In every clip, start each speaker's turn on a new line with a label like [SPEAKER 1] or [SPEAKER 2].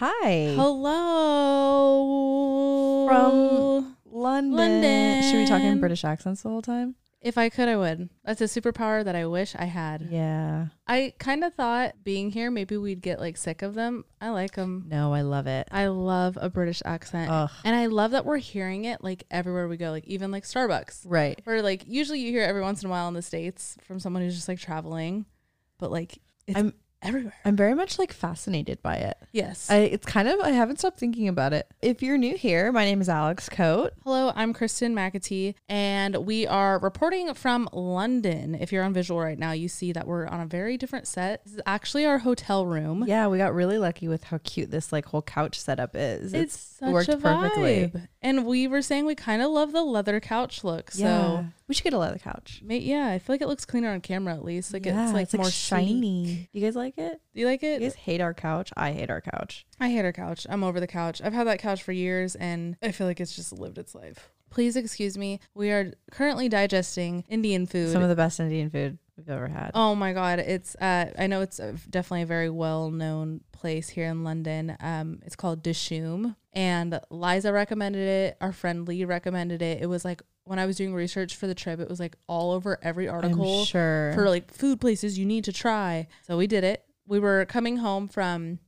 [SPEAKER 1] Hi.
[SPEAKER 2] Hello.
[SPEAKER 1] From- London. Should we talk in
[SPEAKER 2] London.
[SPEAKER 1] British accents the whole time?
[SPEAKER 2] if I could, I would. That's a superpower that I wish I had.
[SPEAKER 1] Yeah.
[SPEAKER 2] I kind of thought being here, maybe we'd get like sick of them. I like them.
[SPEAKER 1] No, I love it.
[SPEAKER 2] I love a British accent.
[SPEAKER 1] Ugh.
[SPEAKER 2] And I love that we're hearing it like everywhere we go, like even like Starbucks.
[SPEAKER 1] Right.
[SPEAKER 2] Or like usually you hear it every once in a while in the States from someone who's just like traveling, but like it's
[SPEAKER 1] I'm-
[SPEAKER 2] everywhere.
[SPEAKER 1] I'm very much like fascinated by it.
[SPEAKER 2] Yes.
[SPEAKER 1] I, it's kind of, I haven't stopped thinking about it. If you're new here, my name is Alex Coate.
[SPEAKER 2] Hello, I'm Kristen McAtee, and we are reporting from London. If you're on visual right now, you see that we're on a very different set. This is actually our hotel room.
[SPEAKER 1] Yeah, we got really lucky with how cute this like whole couch setup is.
[SPEAKER 2] It's such a vibe. And we were saying we kind of love the leather couch look. So,
[SPEAKER 1] Yeah.
[SPEAKER 2] yeah.
[SPEAKER 1] we should get a leather couch.
[SPEAKER 2] yeah, I feel like it looks cleaner on camera at least. Like
[SPEAKER 1] Yeah,
[SPEAKER 2] it's like more shiny.
[SPEAKER 1] You guys like it?
[SPEAKER 2] Do you like it?
[SPEAKER 1] You guys hate our couch? I hate our couch.
[SPEAKER 2] I hate our couch. I'm over the couch. I've had that couch for years and I feel like it's just lived its life. Please excuse me. We are currently digesting Indian food.
[SPEAKER 1] Some of the best Indian food we've ever had.
[SPEAKER 2] Oh my God. It's, uh, I know it's a, definitely a very well known place here in London. Um, it's called Dishoom. And Liza recommended it. Our friend Lee recommended it. It was like when I was doing research for the trip, it was like all over every article
[SPEAKER 1] I'm sure.
[SPEAKER 2] for like food places you need to try. So we did it. We were coming home from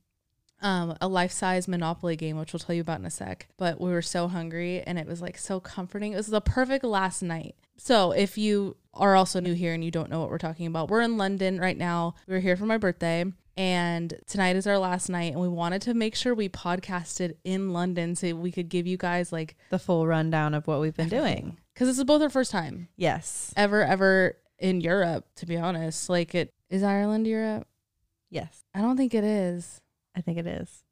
[SPEAKER 2] um, a life size Monopoly game, which we'll tell you about in a sec. But we were so hungry and it was like so comforting. It was the perfect last night. So if you are also new here and you don't know what we're talking about, we're in London right now. We were here for my birthday. And tonight is our last night, and we wanted to make sure we podcasted in London so we could give you guys like,
[SPEAKER 1] the full rundown of what we've been doing.
[SPEAKER 2] because this is both our first time
[SPEAKER 1] Yes.
[SPEAKER 2] ever, ever in Europe, to be honest. Like, it is Ireland Europe?
[SPEAKER 1] Yes.
[SPEAKER 2] I don't think it is.
[SPEAKER 1] I think it is.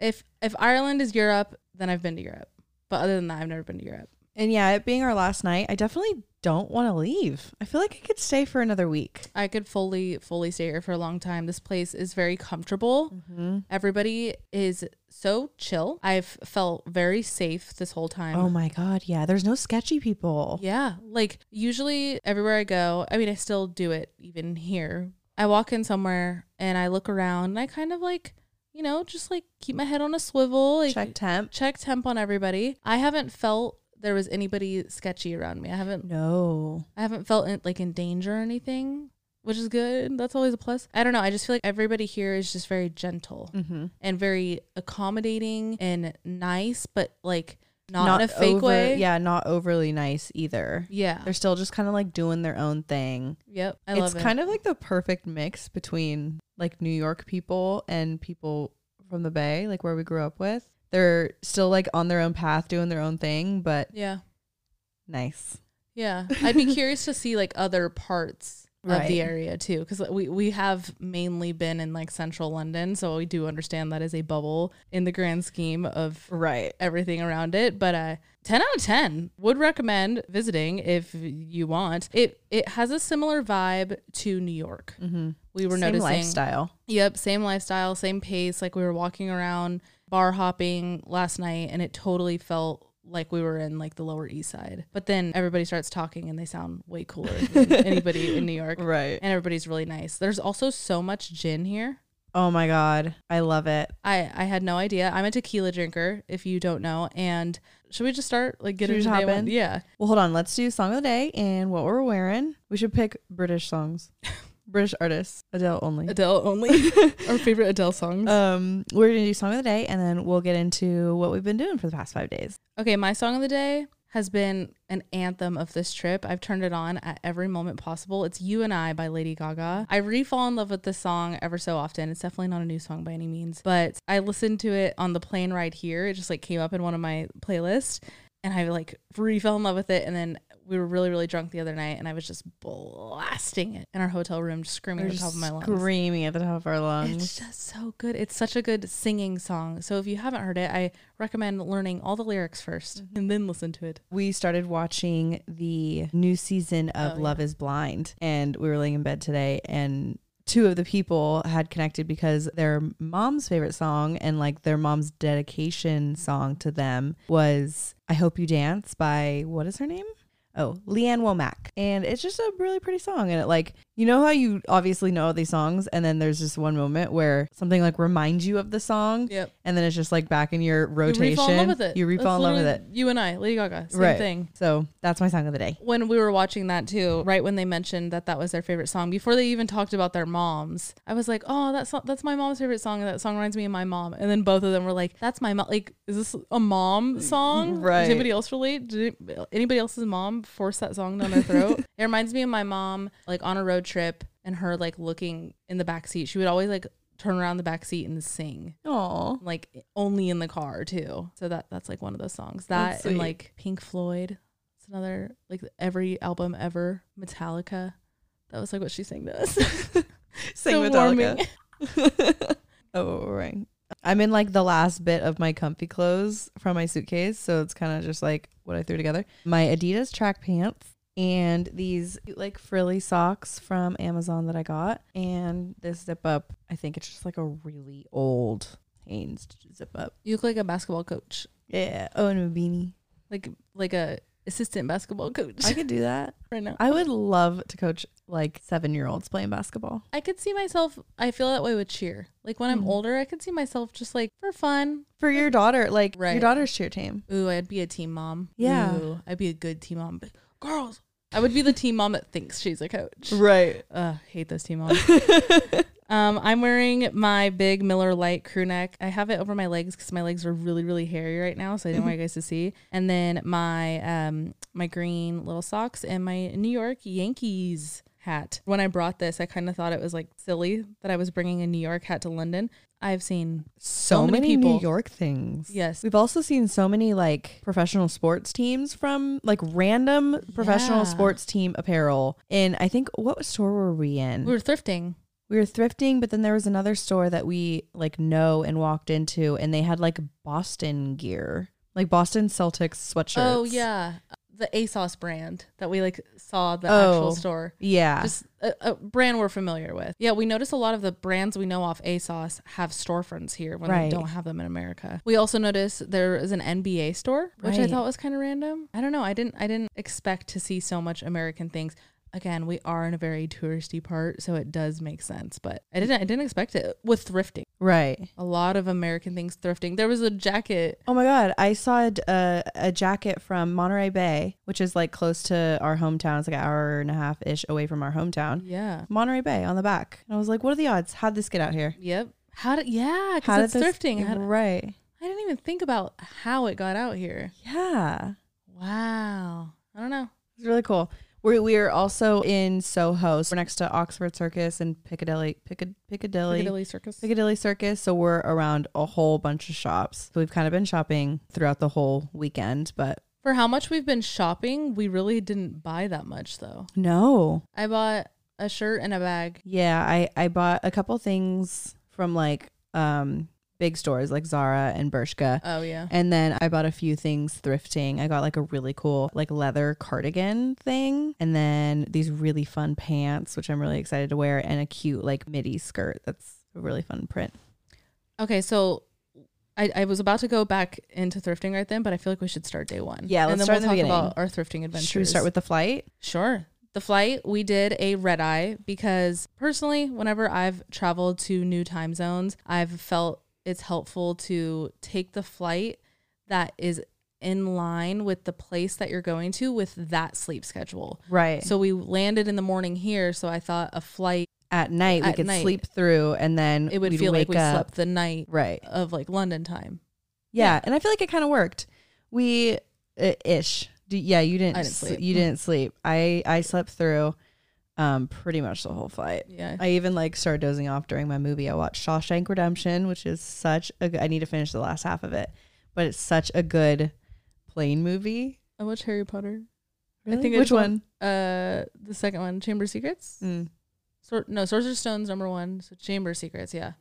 [SPEAKER 2] If if Ireland is Europe, then I've been to Europe. But other than that, I've never been to Europe.
[SPEAKER 1] And yeah, it being our last night, I definitely don't want to leave. I feel like I could stay for another week.
[SPEAKER 2] I could fully fully stay here for a long time. This place is very comfortable.
[SPEAKER 1] Mm.
[SPEAKER 2] Everybody is so chill. I've felt very safe this whole time.
[SPEAKER 1] Oh my God. Yeah. There's no sketchy people.
[SPEAKER 2] Yeah. Like usually everywhere I go, I mean, I still do it even here. I walk in somewhere and I look around and I kind of like, you know, just like keep my head on a swivel. Like,
[SPEAKER 1] Check temp.
[SPEAKER 2] check temp on everybody. I haven't felt there was anybody sketchy around me. I haven't
[SPEAKER 1] No.
[SPEAKER 2] I haven't felt in, like in danger or anything, which is good. That's always a plus. I don't know. I just feel like everybody here is just very gentle
[SPEAKER 1] Mm-hmm.
[SPEAKER 2] and very accommodating and nice, but like not, in a fake
[SPEAKER 1] over-
[SPEAKER 2] way.
[SPEAKER 1] Yeah. Not overly nice either.
[SPEAKER 2] Yeah.
[SPEAKER 1] They're still just kind of like doing their own thing.
[SPEAKER 2] Yep. I
[SPEAKER 1] it's
[SPEAKER 2] love it.
[SPEAKER 1] kind of like the perfect mix between like New York people and people from the Bay, like where we grew up with. They're still like on their own path, doing their own thing, but
[SPEAKER 2] yeah.
[SPEAKER 1] nice.
[SPEAKER 2] Yeah. I'd be curious to see like other parts of
[SPEAKER 1] Right.
[SPEAKER 2] the area too because we, we have mainly been in like central London, so we do understand that is a bubble in the grand scheme of
[SPEAKER 1] Right.
[SPEAKER 2] everything around it. But uh, ten out of ten would recommend visiting if you want. It it has a similar vibe to New York.
[SPEAKER 1] Mm-hmm.
[SPEAKER 2] We were
[SPEAKER 1] Same
[SPEAKER 2] noticing.
[SPEAKER 1] lifestyle.
[SPEAKER 2] Yep, same lifestyle, same pace. Like we were walking around bar hopping last night, and it totally felt like we were in like the Lower East Side. But then everybody starts talking, and they sound way cooler than anybody in New York.
[SPEAKER 1] Right.
[SPEAKER 2] And everybody's really nice. There's also so much gin here.
[SPEAKER 1] Oh my God. I love it.
[SPEAKER 2] I, I had no idea. I'm a tequila drinker, if you don't know. And should we just start like
[SPEAKER 1] Should
[SPEAKER 2] getting
[SPEAKER 1] we
[SPEAKER 2] into
[SPEAKER 1] just
[SPEAKER 2] day
[SPEAKER 1] hop
[SPEAKER 2] one?
[SPEAKER 1] in?
[SPEAKER 2] Yeah.
[SPEAKER 1] Well, hold on. Let's do song of the day and what we're wearing. We should pick British songs, British artists, Adele only.
[SPEAKER 2] Adele only. Our favorite Adele songs.
[SPEAKER 1] Um, we're gonna do song of the day, and then we'll get into what we've been doing for the past five days.
[SPEAKER 2] okay, my song of the day has been an anthem of this trip. I've turned it on at every moment possible. It's You and I by Lady Gaga. I re-fall in love with this song ever so often. It's definitely not a new song by any means, but I listened to it on the plane ride here. It just like came up in one of my playlists and I like re-fell in love with it and then we were really, really drunk the other night, and I was just blasting it in our hotel room, just screaming
[SPEAKER 1] We're
[SPEAKER 2] at the top
[SPEAKER 1] just
[SPEAKER 2] of my lungs.
[SPEAKER 1] screaming at the top of our lungs.
[SPEAKER 2] It's just so good. It's such a good singing song. So if you haven't heard it, I recommend learning all the lyrics 1st
[SPEAKER 1] Mm-hmm.
[SPEAKER 2] and then listen to it.
[SPEAKER 1] we started watching the new season of
[SPEAKER 2] Oh,
[SPEAKER 1] Love is Blind and we were laying in bed today and two of the people had connected because their mom's favorite song and like their mom's dedication song to them was I Hope You Dance by what is her name? Oh, Leanne Womack. And it's just a really pretty song and it like You know how you obviously know all these songs, and then there's just one moment where something like reminds you of the song,
[SPEAKER 2] Yep.
[SPEAKER 1] and then it's just like back in your rotation.
[SPEAKER 2] You fall in love with it.
[SPEAKER 1] You re-
[SPEAKER 2] That's
[SPEAKER 1] fall in love with it.
[SPEAKER 2] literally You and I, Lady Gaga, same
[SPEAKER 1] Right.
[SPEAKER 2] thing.
[SPEAKER 1] So that's my song of the day.
[SPEAKER 2] When we were watching that too, right when they mentioned that that was their favorite song, before they even talked about their moms, I was like, "Oh, that's that's my mom's favorite song, and that song reminds me of my mom." And then both of them were like, "That's my mom. Like, is this a mom song?
[SPEAKER 1] Right.
[SPEAKER 2] Does anybody else relate? Did it- anybody else's mom force that song down their throat?" it reminds me of my mom, like on a road trip, and her like looking in the back seat. She would always like turn around the back seat and sing
[SPEAKER 1] Aw.
[SPEAKER 2] like only in the car too. So that that's like one of those songs.
[SPEAKER 1] That's
[SPEAKER 2] That and
[SPEAKER 1] sweet.
[SPEAKER 2] like Pink Floyd. It's another like every album ever. Metallica. That was like what she sang to us.
[SPEAKER 1] Sing
[SPEAKER 2] So
[SPEAKER 1] Metallica.
[SPEAKER 2] warming.
[SPEAKER 1] Oh, right. I'm in like the last bit of my comfy clothes from my suitcase. So it's kind of just like what I threw together my Adidas track pants and these cute, like frilly socks from Amazon that I got. And this zip up, I think it's just like a really old Hanes zip up.
[SPEAKER 2] You look like a basketball coach,
[SPEAKER 1] Yeah. Oh, and a beanie.
[SPEAKER 2] like like a assistant basketball coach
[SPEAKER 1] I could do that.
[SPEAKER 2] right now.
[SPEAKER 1] I would love to coach like seven year olds playing basketball.
[SPEAKER 2] I could see myself. I feel that way with cheer. Like when I'm
[SPEAKER 1] Mhm.
[SPEAKER 2] older, I could see myself just like for fun.
[SPEAKER 1] For your daughter, like your
[SPEAKER 2] Right.
[SPEAKER 1] daughter's cheer team.
[SPEAKER 2] Ooh, I'd be a team mom.
[SPEAKER 1] Yeah.
[SPEAKER 2] Ooh, I'd be a good team mom. But girls, I would be the team mom that thinks she's a coach.
[SPEAKER 1] Right.
[SPEAKER 2] Ugh, hate those team moms. um, I'm wearing my big Miller Lite crew neck. I have it over my legs because my legs are really, really hairy right now, so I didn't want you guys to see. And then my um my green little socks and my New York Yankees hat. When I brought this, I kind of thought it was like silly that I was bringing a New York hat to London. I've seen
[SPEAKER 1] So,
[SPEAKER 2] many
[SPEAKER 1] many, New
[SPEAKER 2] people.
[SPEAKER 1] York things.
[SPEAKER 2] yes,
[SPEAKER 1] We've also seen so many like professional sports teams from like random professional
[SPEAKER 2] Yeah.
[SPEAKER 1] sports team apparel. And I think what store were we in?
[SPEAKER 2] we were thrifting.
[SPEAKER 1] We were thrifting, but then there was another store that we like know and walked into, and they had like Boston gear, like Boston Celtics sweatshirts.
[SPEAKER 2] Oh yeah, the ASOS brand that we like saw the
[SPEAKER 1] Oh.
[SPEAKER 2] actual store.
[SPEAKER 1] yeah,
[SPEAKER 2] just a, a brand we're familiar with. Yeah, we notice a lot of the brands we know off ASOS have storefronts here when
[SPEAKER 1] Right.
[SPEAKER 2] they don't have them in America. We also notice there is an NBA store, which I
[SPEAKER 1] Right.
[SPEAKER 2] thought was kind of random. I don't know. I didn't I didn't expect to see so much American things. Again, we are in a very touristy part, so it does make sense, but I didn't I didn't expect it with thrifting.
[SPEAKER 1] right.
[SPEAKER 2] A lot of American things thrifting. There was a jacket.
[SPEAKER 1] Oh my God, I saw a, d- a, a jacket from Monterey Bay, which is like close to our hometown. It's like an hour and a half ish away from our hometown.
[SPEAKER 2] Yeah.
[SPEAKER 1] Monterey Bay on the back. And I was like, what are the odds? How'd this get out here?
[SPEAKER 2] Yep. How did yeah,
[SPEAKER 1] How did
[SPEAKER 2] cuz it's thrifting. How-
[SPEAKER 1] right.
[SPEAKER 2] I didn't even think about how it got out here.
[SPEAKER 1] Yeah.
[SPEAKER 2] Wow. I don't know.
[SPEAKER 1] It's really cool. We're, we are also in Soho. So we're next to Oxford Circus and Piccadilly, Piccad- Piccadilly, Piccadilly,
[SPEAKER 2] Piccadilly Circus.
[SPEAKER 1] Circus. So we're around a whole bunch of shops. So we've kind of been shopping throughout the whole weekend, but
[SPEAKER 2] For how much we've been shopping, we really didn't buy that much though.
[SPEAKER 1] no.
[SPEAKER 2] I bought a shirt and a bag.
[SPEAKER 1] Yeah. I, I bought a couple things from like um, big stores like Zara and Bershka.
[SPEAKER 2] Oh yeah.
[SPEAKER 1] And then I bought a few things thrifting. I got like a really cool like leather cardigan thing and then these really fun pants which I'm really excited to wear and a cute like midi skirt that's a really fun print.
[SPEAKER 2] Okay, so I, I was about to go back into thrifting right then, but I feel like we should start day one.
[SPEAKER 1] Yeah,
[SPEAKER 2] and
[SPEAKER 1] let's
[SPEAKER 2] then
[SPEAKER 1] start
[SPEAKER 2] we'll
[SPEAKER 1] at the
[SPEAKER 2] talk about our thrifting adventures.
[SPEAKER 1] Should we start with the flight?
[SPEAKER 2] Sure. The flight, we did a red eye because personally, whenever I've traveled to new time zones, I've felt it's helpful to take the flight that is in line with the place that you're going to with that sleep schedule.
[SPEAKER 1] Right. So
[SPEAKER 2] So we landed in the morning here. So I thought a flight,
[SPEAKER 1] at night we
[SPEAKER 2] At
[SPEAKER 1] could
[SPEAKER 2] night.
[SPEAKER 1] sleep through and then
[SPEAKER 2] it would
[SPEAKER 1] we'd
[SPEAKER 2] feel like
[SPEAKER 1] wake
[SPEAKER 2] we
[SPEAKER 1] up.
[SPEAKER 2] slept the night
[SPEAKER 1] Right.
[SPEAKER 2] of like London time.
[SPEAKER 1] Yeah, and I feel like it kind of worked. We uh, ish. D- yeah, you didn't,
[SPEAKER 2] I didn't
[SPEAKER 1] sl-
[SPEAKER 2] sleep.
[SPEAKER 1] you didn't sleep. I I slept through um pretty much the whole flight.
[SPEAKER 2] Yeah.
[SPEAKER 1] I even like started dozing off during my movie. I watched Shawshank Redemption, which is such a good, I need to finish the last half of it, but it's such a good plane movie.
[SPEAKER 2] I watched Harry Potter.
[SPEAKER 1] Really?
[SPEAKER 2] think I
[SPEAKER 1] which
[SPEAKER 2] just
[SPEAKER 1] one?
[SPEAKER 2] Uh, the second one, Chamber of Secrets.
[SPEAKER 1] Mm,
[SPEAKER 2] Sor- no, Sorcerer's Stone's number one. So Chamber of Secrets, yeah.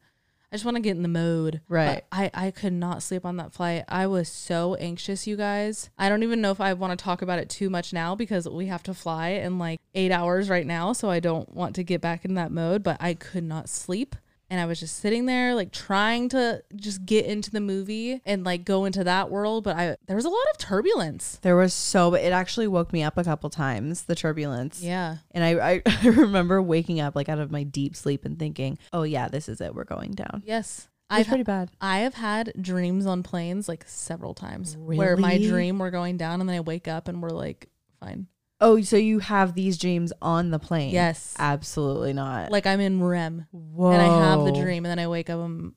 [SPEAKER 2] I just want to get in the mode.
[SPEAKER 1] Right.
[SPEAKER 2] But I, I could not sleep on that flight. I was so anxious, you guys. I don't even know if I want to talk about it too much now because we have to fly in like eight hours right now. So I don't want to get back in that mode, but I could not sleep. and I was just sitting there like trying to just get into the movie and like go into that world, but I there was a lot of turbulence.
[SPEAKER 1] There was so it actually woke me up a couple times, the turbulence.
[SPEAKER 2] Yeah.
[SPEAKER 1] And I, I, I remember waking up like out of my deep sleep and thinking, Oh yeah, this is it. We're going down.
[SPEAKER 2] Yes.
[SPEAKER 1] It was
[SPEAKER 2] I've
[SPEAKER 1] pretty bad.
[SPEAKER 2] I have had dreams on planes like several times where my
[SPEAKER 1] Really?
[SPEAKER 2] dream we're going down and then I wake up and we're like fine.
[SPEAKER 1] Oh, so you have these dreams on the plane.
[SPEAKER 2] Yes.
[SPEAKER 1] Absolutely not.
[SPEAKER 2] Like I'm in REM
[SPEAKER 1] Whoa.
[SPEAKER 2] and I have the dream and then I wake up and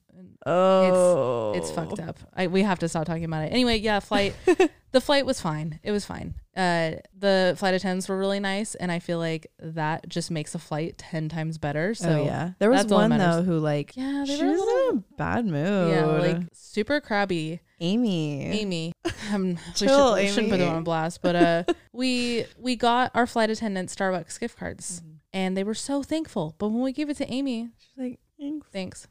[SPEAKER 1] Oh
[SPEAKER 2] it's fucked up. I, we have to stop talking about it. Anyway, yeah, flight. the flight was fine. It was fine. Uh, the flight attendants were really nice, and I feel like that just makes a flight ten times better. So
[SPEAKER 1] oh yeah. There was
[SPEAKER 2] that's all that
[SPEAKER 1] one though
[SPEAKER 2] matters.
[SPEAKER 1] who like
[SPEAKER 2] yeah, they
[SPEAKER 1] she
[SPEAKER 2] were a
[SPEAKER 1] was
[SPEAKER 2] little-
[SPEAKER 1] in a bad mood.
[SPEAKER 2] yeah, like super crabby.
[SPEAKER 1] Amy.
[SPEAKER 2] Amy, um,
[SPEAKER 1] Chill,
[SPEAKER 2] we, should, we shouldn't put them
[SPEAKER 1] Amy.
[SPEAKER 2] on blast, but uh, we we got our flight attendant Starbucks gift cards,
[SPEAKER 1] Mm-hmm.
[SPEAKER 2] and they were so thankful. But when we gave it to Amy,
[SPEAKER 1] She's like "Thanks."
[SPEAKER 2] thanks.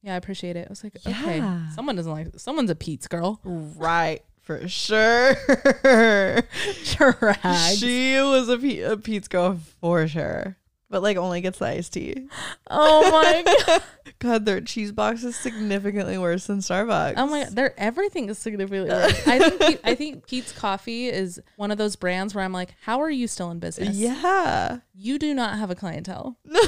[SPEAKER 2] Yeah, I appreciate it. I was like, okay,
[SPEAKER 1] Yeah.
[SPEAKER 2] someone doesn't like someone's a Pete's girl.
[SPEAKER 1] Right, for sure.
[SPEAKER 2] Drags.
[SPEAKER 1] She was a, P- a Pete's girl for sure. But like only gets the iced tea.
[SPEAKER 2] Oh my god.
[SPEAKER 1] God, their cheese box is significantly worse than Starbucks.
[SPEAKER 2] Oh my god, their everything is significantly worse. I think Pete, I think Pete's Coffee is one of those brands where I'm like, how are you still in business?
[SPEAKER 1] Yeah.
[SPEAKER 2] You do not have a clientele,
[SPEAKER 1] No.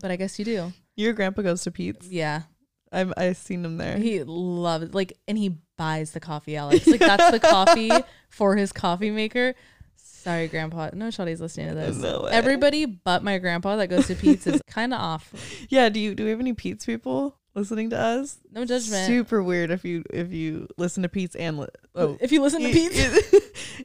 [SPEAKER 2] but I guess you do.
[SPEAKER 1] Your grandpa goes to Pete's.
[SPEAKER 2] Yeah.
[SPEAKER 1] I'm I've seen him there.
[SPEAKER 2] He loves like and he buys the coffee, Alex. Like that's the coffee for his coffee maker. Sorry, grandpa. No shawty's listening to this.
[SPEAKER 1] No way.
[SPEAKER 2] Everybody but my grandpa that goes to Pete's is kind of off.
[SPEAKER 1] yeah, do you do we have any Pete's people listening to us?
[SPEAKER 2] No judgment.
[SPEAKER 1] Super weird if you if you listen to Pete's and li- oh
[SPEAKER 2] If you listen to Pete's,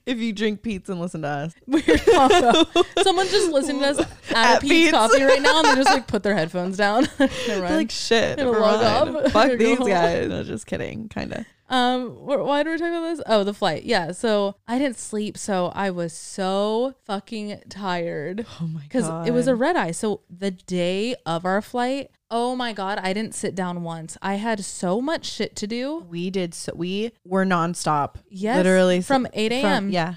[SPEAKER 1] if you drink Pete's and listen to us.
[SPEAKER 2] Weird combo. Someone just listened to us at,
[SPEAKER 1] At
[SPEAKER 2] a Pete's,
[SPEAKER 1] Pete's.
[SPEAKER 2] Coffee right now, and they just like put their headphones down. Never
[SPEAKER 1] They're
[SPEAKER 2] mind.
[SPEAKER 1] like shit.
[SPEAKER 2] Gonna
[SPEAKER 1] never
[SPEAKER 2] log
[SPEAKER 1] mind.
[SPEAKER 2] off.
[SPEAKER 1] Fuck
[SPEAKER 2] Go
[SPEAKER 1] these
[SPEAKER 2] home.
[SPEAKER 1] guys. No, just kidding. Kinda.
[SPEAKER 2] um, wh- why do we talk about this? Oh, the flight. Yeah. So I didn't sleep, so I was so fucking tired
[SPEAKER 1] Oh my
[SPEAKER 2] because it was a red eye. So the day of our flight, oh my god, I didn't sit down once. I had so much shit to do.
[SPEAKER 1] we did so we were nonstop.
[SPEAKER 2] Yes,
[SPEAKER 1] Literally
[SPEAKER 2] from eight a.m.
[SPEAKER 1] Yeah.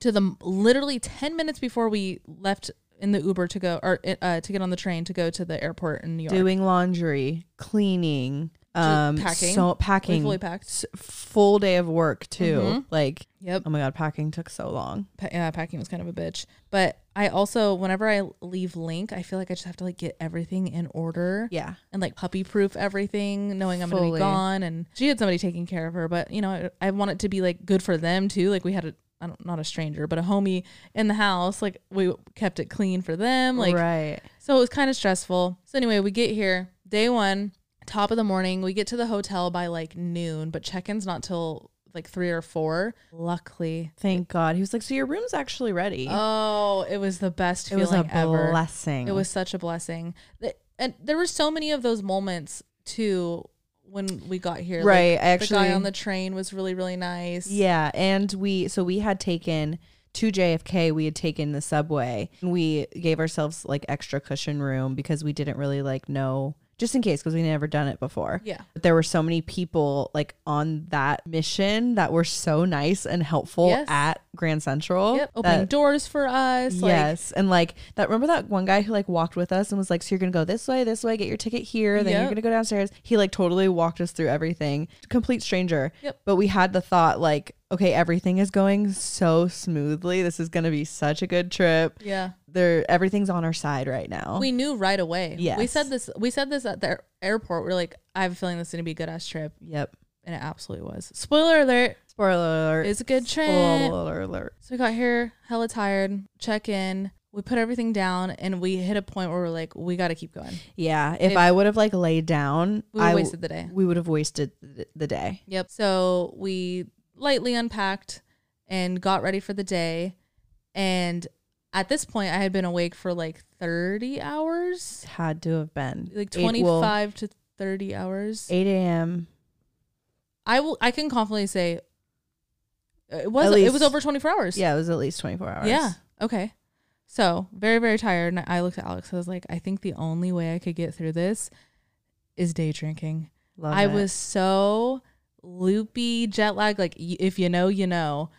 [SPEAKER 2] to the m- literally 10 minutes before we left in the Uber to go or uh, to get on the train to go to the airport in New York.
[SPEAKER 1] Doing laundry, cleaning, um
[SPEAKER 2] packing.
[SPEAKER 1] So
[SPEAKER 2] We
[SPEAKER 1] packing.
[SPEAKER 2] fully packed.
[SPEAKER 1] S- full day of work too.
[SPEAKER 2] Mhm.
[SPEAKER 1] Like
[SPEAKER 2] Yep.
[SPEAKER 1] oh my god, packing took so long.
[SPEAKER 2] Pa- yeah, packing was kind of a bitch. But I also, whenever I leave Link, I feel like I just have to like get everything in order
[SPEAKER 1] Yeah.
[SPEAKER 2] and like puppy proof everything, knowing I'm going to
[SPEAKER 1] Fully.
[SPEAKER 2] be gone. And she had somebody taking care of her, but you know, I, I want it to be like good for them too. Like we had a, I don't, not a stranger, but a homie in the house. Like we kept it clean for them. Like
[SPEAKER 1] right.
[SPEAKER 2] So it was kind of stressful. So anyway, we get here day one, top of the morning. We get to the hotel by like noon, but check-in's not till like three or four. Luckily,
[SPEAKER 1] Thank God. He was like, So your room's actually ready.
[SPEAKER 2] oh, it was the best
[SPEAKER 1] it
[SPEAKER 2] feeling
[SPEAKER 1] was a
[SPEAKER 2] ever.
[SPEAKER 1] blessing.
[SPEAKER 2] It was such a blessing. Th- And there were so many of those moments too when we got here. Like,
[SPEAKER 1] right. I
[SPEAKER 2] the
[SPEAKER 1] actually
[SPEAKER 2] guy on the train was really really nice.
[SPEAKER 1] Yeah, and we so we had taken to JFK, we had taken the subway. And we gave ourselves like extra cushion room because we didn't really like know just in case because we never done it before.
[SPEAKER 2] Yeah.
[SPEAKER 1] But there were so many people like on that mission that were so nice and helpful
[SPEAKER 2] Yes.
[SPEAKER 1] at Grand Central.
[SPEAKER 2] Yep. Opening
[SPEAKER 1] that-
[SPEAKER 2] doors for us. Like,
[SPEAKER 1] yes, and like that. Remember that one guy who like walked with us and was like, "So you're gonna go this way, this way, get your ticket here, then you're
[SPEAKER 2] Yep.
[SPEAKER 1] gonna go downstairs." He like totally walked us through everything, complete stranger.
[SPEAKER 2] Yep.
[SPEAKER 1] But we had the thought like, okay, everything is going so smoothly. This is gonna be such a good trip.
[SPEAKER 2] yeah.
[SPEAKER 1] There, everything's on our side right now.
[SPEAKER 2] We knew right away. Yeah, We
[SPEAKER 1] Oh. Yes.
[SPEAKER 2] said this we said this at the air- airport. We are like, I have a feeling this is gonna be a good ass trip.
[SPEAKER 1] yep.
[SPEAKER 2] And it absolutely was. Spoiler alert,
[SPEAKER 1] Spoiler alert.
[SPEAKER 2] it's a good trip.
[SPEAKER 1] Spoiler alert.
[SPEAKER 2] So we got here, hella tired, check in, we put everything down and we hit a point where we're like, we gotta keep going.
[SPEAKER 1] Yeah. If I would have like laid down,
[SPEAKER 2] We
[SPEAKER 1] I
[SPEAKER 2] wasted the day.
[SPEAKER 1] we would have wasted th- the day.
[SPEAKER 2] Yep. So we lightly unpacked and got ready for the day. And at this point I had been awake for like thirty hours.
[SPEAKER 1] Had to have been
[SPEAKER 2] Like
[SPEAKER 1] Eight-
[SPEAKER 2] twenty
[SPEAKER 1] well,
[SPEAKER 2] five to thirty hours.
[SPEAKER 1] 8 a.m.
[SPEAKER 2] I will. I can confidently say uh, it was.
[SPEAKER 1] At
[SPEAKER 2] It was
[SPEAKER 1] least-
[SPEAKER 2] over twenty four hours.
[SPEAKER 1] Yeah, it was at least 24 hours.
[SPEAKER 2] Yeah. Okay. So very very tired, and I looked at Alex. I was like, I think the only way I could get through this is day drinking.
[SPEAKER 1] Love
[SPEAKER 2] I
[SPEAKER 1] it.
[SPEAKER 2] was so loopy, jet lag. Like y- if you know, you know.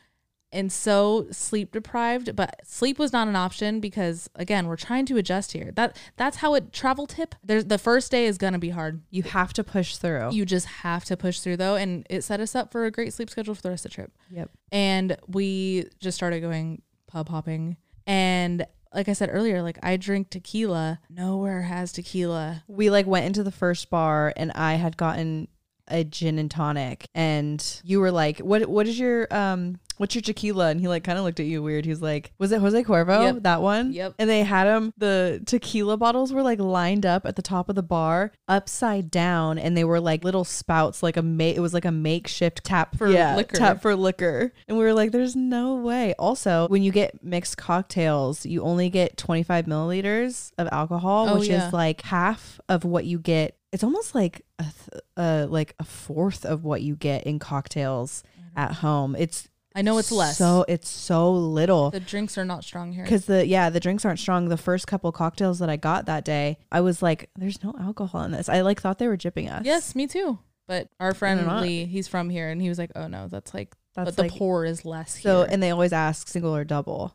[SPEAKER 2] and so sleep deprived, but sleep was not an option because again, we're trying to adjust here. That that's how it travel tip. There's the first day is gonna be hard.
[SPEAKER 1] You have to push through.
[SPEAKER 2] You just have to push through though, and it set us up for a great sleep schedule for the rest of the trip.
[SPEAKER 1] yep.
[SPEAKER 2] And we just started going pub hopping. And like I said earlier, like I drink tequila. Nowhere has tequila.
[SPEAKER 1] we like went into the first bar and I had gotten a gin and tonic and you were like, What what is your um what's your tequila? And he like kinda looked at you weird. He was like, Was it Jose Cuervo?
[SPEAKER 2] Yep.
[SPEAKER 1] That one?
[SPEAKER 2] Yep.
[SPEAKER 1] And they had him the tequila bottles were like lined up at the top of the bar, upside down, and they were like little spouts, like a ma- it was like a makeshift tap
[SPEAKER 2] For liquor.
[SPEAKER 1] Tap for liquor. And we were like, There's no way. Also, when you get mixed cocktails, you only get twenty five milliliters of alcohol,
[SPEAKER 2] Oh,
[SPEAKER 1] which
[SPEAKER 2] yeah.
[SPEAKER 1] is like half of what you get. It's almost like a th- uh, like a fourth of what you get in cocktails at home. It's
[SPEAKER 2] I know it's less.
[SPEAKER 1] So it's so little
[SPEAKER 2] the drinks are not strong here.
[SPEAKER 1] because the yeah the drinks aren't strong. The first couple cocktails that I got that day, I was like, "There's no alcohol in this." I like thought they were jipping us.
[SPEAKER 2] Yes, me too. But our
[SPEAKER 1] They're
[SPEAKER 2] friend
[SPEAKER 1] not.
[SPEAKER 2] Lee, he's from here, and he was like, "Oh no, that's like,
[SPEAKER 1] that's
[SPEAKER 2] but the
[SPEAKER 1] like,
[SPEAKER 2] pour is less
[SPEAKER 1] so.
[SPEAKER 2] here." And,
[SPEAKER 1] And they always ask single or double.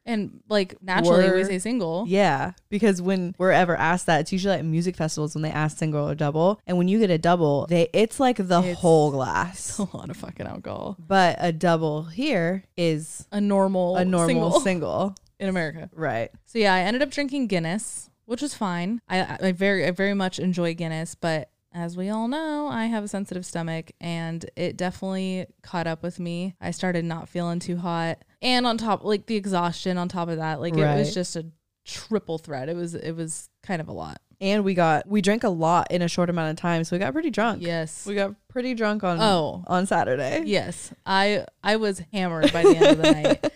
[SPEAKER 2] like naturally, we
[SPEAKER 1] We're-
[SPEAKER 2] say single.
[SPEAKER 1] Yeah, because when we're ever asked that, it's usually at music festivals when they ask single or double, and when you get a double, they it's like the
[SPEAKER 2] It's-
[SPEAKER 1] whole glass.
[SPEAKER 2] It's a lot of fucking alcohol.
[SPEAKER 1] But a double here is
[SPEAKER 2] A normal,
[SPEAKER 1] a normal
[SPEAKER 2] single
[SPEAKER 1] single.
[SPEAKER 2] in America.
[SPEAKER 1] Right.
[SPEAKER 2] So yeah, I ended up drinking Guinness, which was fine. I, I very, I very much enjoy Guinness, but as we all know, I have a sensitive stomach, and it definitely caught up with me. I started not feeling too hot, and on top, like the exhaustion on top of that, like it was
[SPEAKER 1] Right.
[SPEAKER 2] just a triple threat. It was, it was kind of a lot.
[SPEAKER 1] And we got we drank a lot in a short amount of time, so we got pretty drunk.
[SPEAKER 2] Yes.
[SPEAKER 1] We got pretty drunk on
[SPEAKER 2] Oh.
[SPEAKER 1] on Saturday.
[SPEAKER 2] Yes, I I was hammered by the end of the night,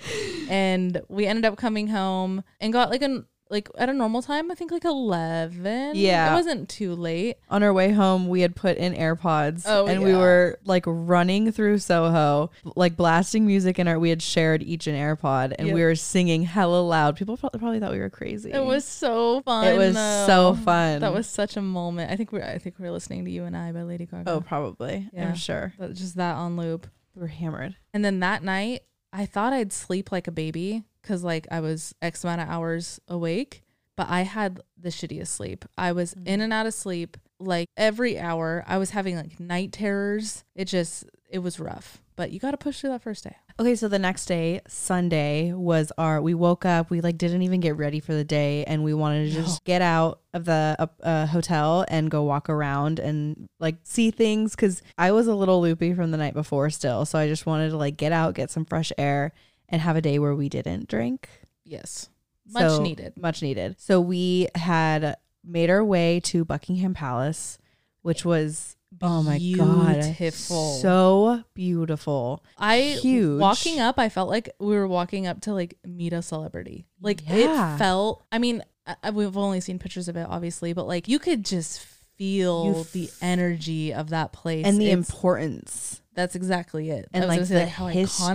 [SPEAKER 2] and we ended up coming home and got like an like at a normal time. I think like eleven.
[SPEAKER 1] Yeah.
[SPEAKER 2] it wasn't too late.
[SPEAKER 1] On our way home, we had put in AirPods
[SPEAKER 2] Oh,
[SPEAKER 1] and we
[SPEAKER 2] yeah.
[SPEAKER 1] were like running through Soho, like blasting music in our we had shared each an AirPod and
[SPEAKER 2] Yep.
[SPEAKER 1] we were singing hella loud. People prob- probably thought we were crazy.
[SPEAKER 2] It was so fun.
[SPEAKER 1] it was
[SPEAKER 2] though.
[SPEAKER 1] so fun.
[SPEAKER 2] That was such a moment. I think we I think we were listening to you and I by Lady Gaga.
[SPEAKER 1] Oh, probably.
[SPEAKER 2] Yeah.
[SPEAKER 1] I'm sure.
[SPEAKER 2] But just that on loop.
[SPEAKER 1] We were hammered.
[SPEAKER 2] And then that night, I thought I'd sleep like a baby because like I was X amount of hours awake, but I had the shittiest sleep. I was in and out of sleep like every hour. I was having like night terrors. It just it was rough. But you got to push through that first day.
[SPEAKER 1] Okay, so the next day, Sunday, was our. We woke up. We like didn't even get ready for the day, and we wanted to just get out of the uh, uh, hotel and go walk around and like see things because I was a little loopy from the night before still. So I just wanted to like get out, get some fresh air, and have a day where we didn't drink.
[SPEAKER 2] Yes. Much
[SPEAKER 1] So-
[SPEAKER 2] needed.
[SPEAKER 1] Much needed. So we had made our way to Buckingham Palace, which was oh my god,
[SPEAKER 2] Beautiful.
[SPEAKER 1] so beautiful.
[SPEAKER 2] I
[SPEAKER 1] huge.
[SPEAKER 2] walking up, I felt like we were walking up to like meet a celebrity. Like
[SPEAKER 1] Yeah.
[SPEAKER 2] it felt. I mean, I, I- we've only seen pictures of it, obviously, but like you could just feel
[SPEAKER 1] You f-
[SPEAKER 2] the energy of that place
[SPEAKER 1] and the
[SPEAKER 2] It's-
[SPEAKER 1] importance
[SPEAKER 2] That's exactly it.
[SPEAKER 1] and
[SPEAKER 2] I was
[SPEAKER 1] like
[SPEAKER 2] gonna say,
[SPEAKER 1] the
[SPEAKER 2] how iconic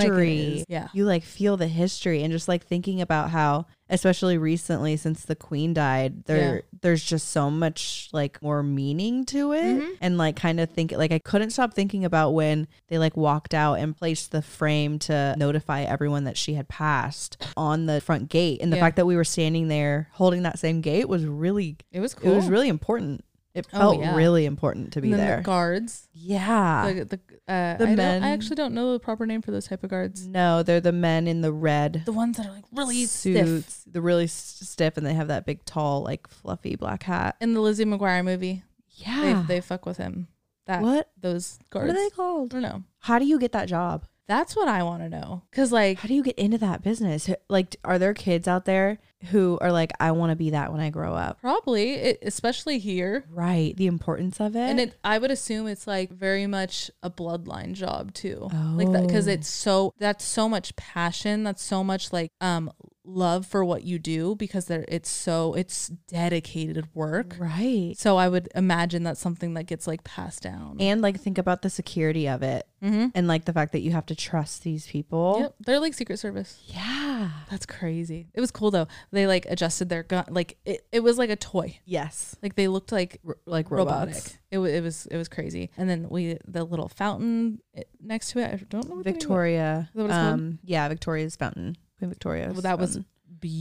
[SPEAKER 2] it
[SPEAKER 1] history.
[SPEAKER 2] is. Yeah.
[SPEAKER 1] you like feel the history and just like thinking about how, especially recently since the queen died, there there's just so much like more meaning to it,
[SPEAKER 2] Mm-hmm.
[SPEAKER 1] and like kind of think like I couldn't stop thinking about when they like walked out and placed the frame to notify everyone that she had passed on the front gate, and the
[SPEAKER 2] Yeah.
[SPEAKER 1] fact that we were standing there holding that same gate was really
[SPEAKER 2] It was cool.
[SPEAKER 1] it was really important. It
[SPEAKER 2] Oh,
[SPEAKER 1] felt
[SPEAKER 2] yeah.
[SPEAKER 1] really important to be
[SPEAKER 2] and then
[SPEAKER 1] there.
[SPEAKER 2] the guards.
[SPEAKER 1] yeah.
[SPEAKER 2] the the, uh,
[SPEAKER 1] The
[SPEAKER 2] I Don't,
[SPEAKER 1] men. Mm.
[SPEAKER 2] I actually don't know the proper name for those type of guards.
[SPEAKER 1] No, they're the men in the red
[SPEAKER 2] The ones that are like really stiff.
[SPEAKER 1] suits, the really s- stiff, and they have that big, tall, like fluffy black hat.
[SPEAKER 2] In the Lizzie McGuire movie,
[SPEAKER 1] Yeah.
[SPEAKER 2] they they fuck with him. That
[SPEAKER 1] what?
[SPEAKER 2] those
[SPEAKER 1] What
[SPEAKER 2] guards.
[SPEAKER 1] are they
[SPEAKER 2] I
[SPEAKER 1] called?
[SPEAKER 2] don't know.
[SPEAKER 1] How do you get that job?
[SPEAKER 2] That's what I want to know. Cause like,
[SPEAKER 1] How do you get into that business? Like, are there kids out there who are like, I want to be that when I grow up?
[SPEAKER 2] probably, it, especially here.
[SPEAKER 1] Right. The importance of it.
[SPEAKER 2] And it, I would assume it's like very much a bloodline job too, like that because
[SPEAKER 1] Oh.
[SPEAKER 2] it's so that's so much passion, that's so much like um love for what you do because there it's so it's dedicated work.
[SPEAKER 1] Oh. Right.
[SPEAKER 2] So I would imagine that's something that gets like passed down.
[SPEAKER 1] And like think about the security of it
[SPEAKER 2] Mhm.
[SPEAKER 1] and like the fact that you have to trust these people.
[SPEAKER 2] Yep, they're like Secret Service.
[SPEAKER 1] Oh. Yeah.
[SPEAKER 2] That's crazy. It was cool though. They like adjusted their gun, like it, it was like a toy.
[SPEAKER 1] Yes.
[SPEAKER 2] Like they looked like
[SPEAKER 1] R- like robots.
[SPEAKER 2] robotic. It, wa- it was it was crazy. And then we the little fountain eh, next to it. I don't know what the name of it-
[SPEAKER 1] Victoria.
[SPEAKER 2] Is that what it's called?
[SPEAKER 1] um yeah, Victoria's Fountain. Queen Victoria's.
[SPEAKER 2] Well, that was
[SPEAKER 1] fountain.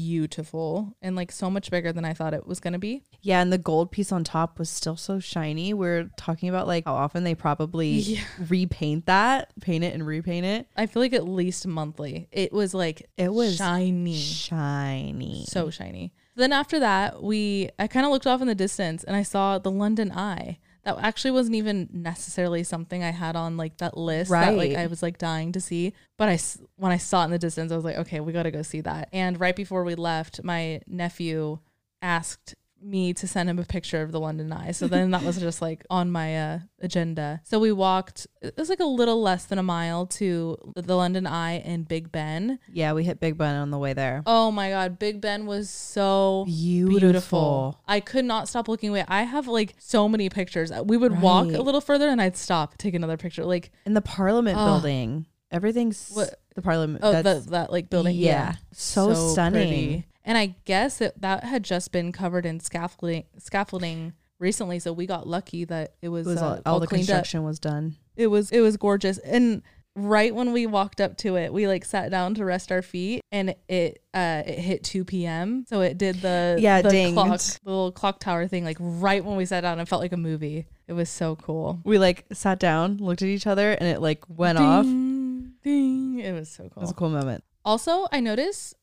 [SPEAKER 2] beautiful and like so much bigger than I thought it was gonna be.
[SPEAKER 1] Yeah, and the gold piece on top was still so shiny. We're talking about like how often they probably
[SPEAKER 2] Yeah.
[SPEAKER 1] repaint that, paint it and repaint it.
[SPEAKER 2] I feel like at least monthly. It was like
[SPEAKER 1] It was
[SPEAKER 2] shiny.
[SPEAKER 1] Shiny.
[SPEAKER 2] So shiny. Then after that, we I kind of looked off in the distance and I saw the London Eye. That actually wasn't even necessarily something I had on like that list that like
[SPEAKER 1] Right.
[SPEAKER 2] I was like dying to see. But I s- when I saw it in the distance, I was like, okay, we got to go see that. And right before we left, my nephew asked me to send him a picture of the London Eye. So then that was just like on my uh, agenda. So we walked. It was like a little less than a mile to the London Eye and Big Ben.
[SPEAKER 1] yeah, we hit Big Bun on the way there.
[SPEAKER 2] Oh my God, Big Ben was so
[SPEAKER 1] beautiful.
[SPEAKER 2] Oh, beautiful. I could not stop looking away. I have like so many pictures. Uh, We would walk
[SPEAKER 1] Right.
[SPEAKER 2] a little further and I'd stop, take another picture. Like
[SPEAKER 1] In the Parliament
[SPEAKER 2] Oh.
[SPEAKER 1] building. Everything's
[SPEAKER 2] What-
[SPEAKER 1] the Parliament
[SPEAKER 2] oh,
[SPEAKER 1] that's
[SPEAKER 2] that that like building. Yeah,
[SPEAKER 1] yeah. So stunning.
[SPEAKER 2] And I guess that that had just been covered in scaffolding scaffolding recently, so we got lucky that it was,
[SPEAKER 1] it was
[SPEAKER 2] uh,
[SPEAKER 1] all,
[SPEAKER 2] all,
[SPEAKER 1] all the
[SPEAKER 2] cleaned up.
[SPEAKER 1] construction was done.
[SPEAKER 2] It was it was gorgeous and. Right when we walked up to it, we like sat down to rest our feet, and it uh it hit two p.m. So it did the
[SPEAKER 1] Yeah, it
[SPEAKER 2] the
[SPEAKER 1] dinged.
[SPEAKER 2] clock the little clock tower thing like right when we sat down. It felt like a movie. It was so cool.
[SPEAKER 1] We like sat down, looked at each other, and it like went off. It
[SPEAKER 2] Ding, ding. It was so cool.
[SPEAKER 1] was a cool moment.
[SPEAKER 2] Also, I notice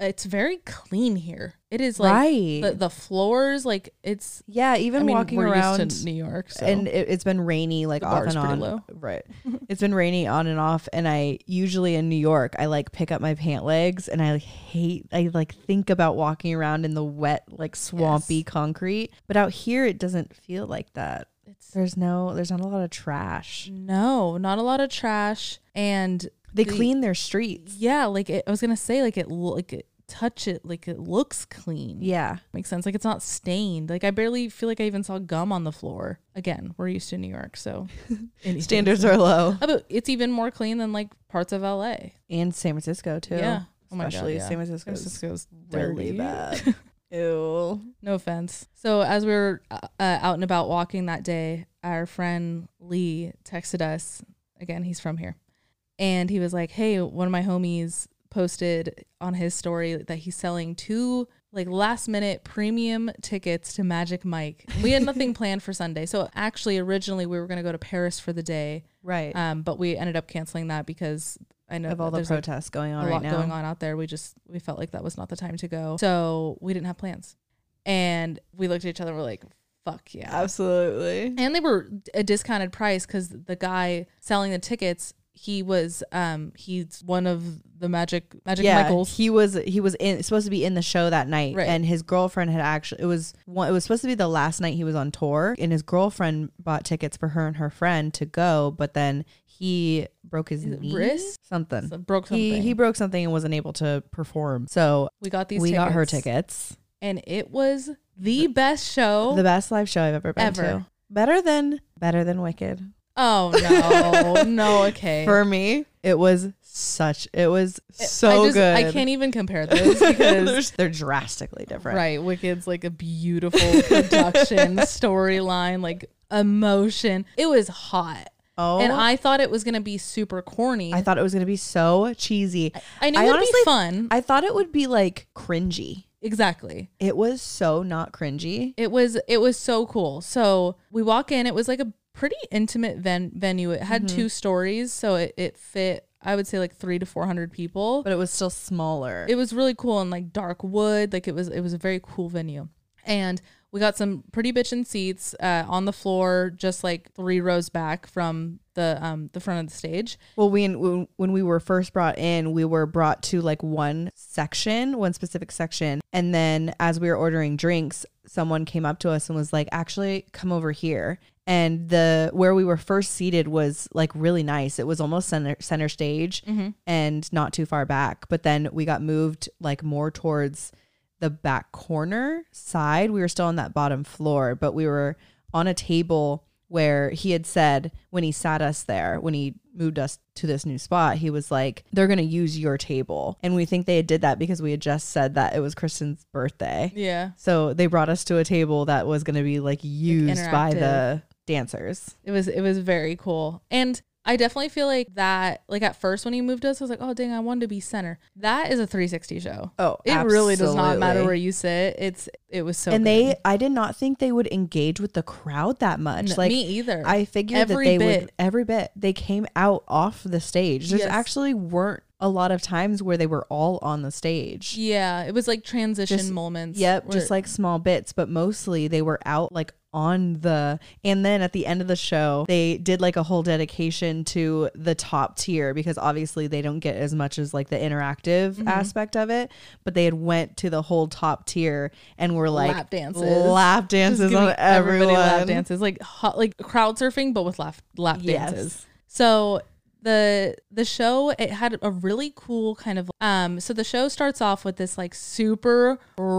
[SPEAKER 2] it's very clean here. It is like
[SPEAKER 1] right.
[SPEAKER 2] the, the floors, like it's.
[SPEAKER 1] yeah, even
[SPEAKER 2] I mean,
[SPEAKER 1] walking
[SPEAKER 2] we're
[SPEAKER 1] around
[SPEAKER 2] used to New York, so.
[SPEAKER 1] and it, it's been rainy like
[SPEAKER 2] The
[SPEAKER 1] off
[SPEAKER 2] bar's
[SPEAKER 1] and
[SPEAKER 2] pretty
[SPEAKER 1] on.
[SPEAKER 2] low.
[SPEAKER 1] Right. it's been rainy on and off and I usually in New York I like pick up my pant legs and I like, hate I like think about walking around in the wet like swampy
[SPEAKER 2] Yes.
[SPEAKER 1] concrete. But out here it doesn't feel like that.
[SPEAKER 2] it's
[SPEAKER 1] There's no there's not a lot of trash.
[SPEAKER 2] no, not a lot of trash, and
[SPEAKER 1] They
[SPEAKER 2] The-
[SPEAKER 1] clean their streets.
[SPEAKER 2] yeah, like it, I was gonna say, like it, lo- like it, touch it, like it looks clean.
[SPEAKER 1] Yeah.
[SPEAKER 2] makes sense. Like it's not stained. Like I barely feel like I even saw gum on the floor. Again, we're used to New York, so anything's-
[SPEAKER 1] Standards are low.
[SPEAKER 2] Oh, but it's even more clean than like parts of LA.
[SPEAKER 1] And San Francisco too.
[SPEAKER 2] Yeah. Oh my God,
[SPEAKER 1] Especially
[SPEAKER 2] yeah.
[SPEAKER 1] San Francisco.
[SPEAKER 2] This just goes
[SPEAKER 1] Really
[SPEAKER 2] dirty.
[SPEAKER 1] bad. Ew.
[SPEAKER 2] No offense. So as we were uh, uh, out and about walking that day, our friend Lee texted us. Again, he's from here, and he was like, "Hey, one of my homies posted on his story that he's selling two like last minute premium tickets to Magic Mike. We had nothing planned for Sunday, so actually originally we were going to go to Paris for the day,
[SPEAKER 1] Right.
[SPEAKER 2] um, but we ended up canceling that because I know
[SPEAKER 1] of all
[SPEAKER 2] that
[SPEAKER 1] the
[SPEAKER 2] there's like,
[SPEAKER 1] protests going on
[SPEAKER 2] a
[SPEAKER 1] right
[SPEAKER 2] lot
[SPEAKER 1] now.
[SPEAKER 2] going on out there. We just we felt like that was not the time to go, so we didn't have plans. And we looked at each other. We're like, "Fuck yeah!"
[SPEAKER 1] Uh, Absolutely.
[SPEAKER 2] And they were a discounted price because the guy selling the tickets, he was um he's one of the Magic Magic
[SPEAKER 1] yeah,
[SPEAKER 2] Michaels.
[SPEAKER 1] he was he was in supposed to be in the show that night,
[SPEAKER 2] Right.
[SPEAKER 1] and his girlfriend had actually it was one, it was supposed to be the last night he was on tour, and his girlfriend bought tickets for her and her friend to go, but then he broke his
[SPEAKER 2] it
[SPEAKER 1] knee,
[SPEAKER 2] wrist?
[SPEAKER 1] something.
[SPEAKER 2] So broke something.
[SPEAKER 1] He he broke something and wasn't able to perform, so
[SPEAKER 2] we got these.
[SPEAKER 1] we
[SPEAKER 2] tickets,
[SPEAKER 1] got her tickets.
[SPEAKER 2] and it was the best show.
[SPEAKER 1] The best live show I've ever been
[SPEAKER 2] Ever.
[SPEAKER 1] to. Better than better than Wicked.
[SPEAKER 2] oh no, no, okay.
[SPEAKER 1] For me, it was such it was so
[SPEAKER 2] I just,
[SPEAKER 1] good.
[SPEAKER 2] I can't even compare those because
[SPEAKER 1] They're- they're drastically different.
[SPEAKER 2] Right. Wicked's like a beautiful production, storyline, like emotion. It was hot.
[SPEAKER 1] Oh,
[SPEAKER 2] And I thought it was going to be super corny.
[SPEAKER 1] I
[SPEAKER 2] I,
[SPEAKER 1] thought it was going to be so cheesy.
[SPEAKER 2] knew
[SPEAKER 1] I
[SPEAKER 2] it would
[SPEAKER 1] honestly-
[SPEAKER 2] be fun.
[SPEAKER 1] I thought it would be like cringy.
[SPEAKER 2] exactly.
[SPEAKER 1] It was so not cringy.
[SPEAKER 2] It was it was so cool. So we walk in, it was like a pretty intimate ven- venue. It
[SPEAKER 1] Mm-hmm.
[SPEAKER 2] had two stories, so it, it fit I would say like 3 to 400 people.
[SPEAKER 1] But it was still smaller.
[SPEAKER 2] it was really cool and like dark wood like it was it was a very cool venue and we got some pretty bitchin' seats uh, on the floor just like three rows back from the um the front of the stage
[SPEAKER 1] well, when, when when we were first brought in, we were brought to like one section, one specific section, and then as we were ordering drinks, someone came up to us and was like, "Actually, come over here." and the where we were first seated was like really nice. It was almost center center stage and not too far back. But then we got moved like more towards the back corner side. We were still on that bottom floor, but we were on a table where he had said when he sat us there, when he moved us to this new spot, he was like, "They're going to use your table." And we think they did that because we had just said that it was Kristen's birthday.
[SPEAKER 2] Yeah.
[SPEAKER 1] So they brought us to a table that was going to be like used by
[SPEAKER 2] interactive.
[SPEAKER 1] the dancers.
[SPEAKER 2] It was it was very cool. And I definitely feel like that like at first when he moved us, I was like, oh dang, I wanted to be center. That is a 360 show.
[SPEAKER 1] Oh,
[SPEAKER 2] It really does not matter
[SPEAKER 1] absolutely.
[SPEAKER 2] where you sit. It's it was so
[SPEAKER 1] and
[SPEAKER 2] good.
[SPEAKER 1] they, I did not think they would engage with the crowd that much.
[SPEAKER 2] N-
[SPEAKER 1] like
[SPEAKER 2] me either.
[SPEAKER 1] I figured
[SPEAKER 2] Every
[SPEAKER 1] that they would
[SPEAKER 2] bit.
[SPEAKER 1] every bit. They came out off the stage. There's
[SPEAKER 2] Yes.
[SPEAKER 1] actually weren't a lot of times where they were all on the stage.
[SPEAKER 2] yeah, it was like transition
[SPEAKER 1] Just-
[SPEAKER 2] moments.
[SPEAKER 1] Yep,
[SPEAKER 2] where-
[SPEAKER 1] just like small bits, but mostly they were out like on the and then at the end of the show they did like a whole dedication to the top tier because obviously they don't get as much as like the interactive
[SPEAKER 2] Mm-hmm.
[SPEAKER 1] aspect of it but they had went to the whole top tier and were like
[SPEAKER 2] Lap dances.
[SPEAKER 1] lap
[SPEAKER 2] Just
[SPEAKER 1] dances on
[SPEAKER 2] giving everybody lap
[SPEAKER 1] everyone.
[SPEAKER 2] dances, like hot, like crowd surfing, but with lap lap
[SPEAKER 1] Yes.
[SPEAKER 2] dances. So the the show it had a really cool kind of um. So the show starts off with this like super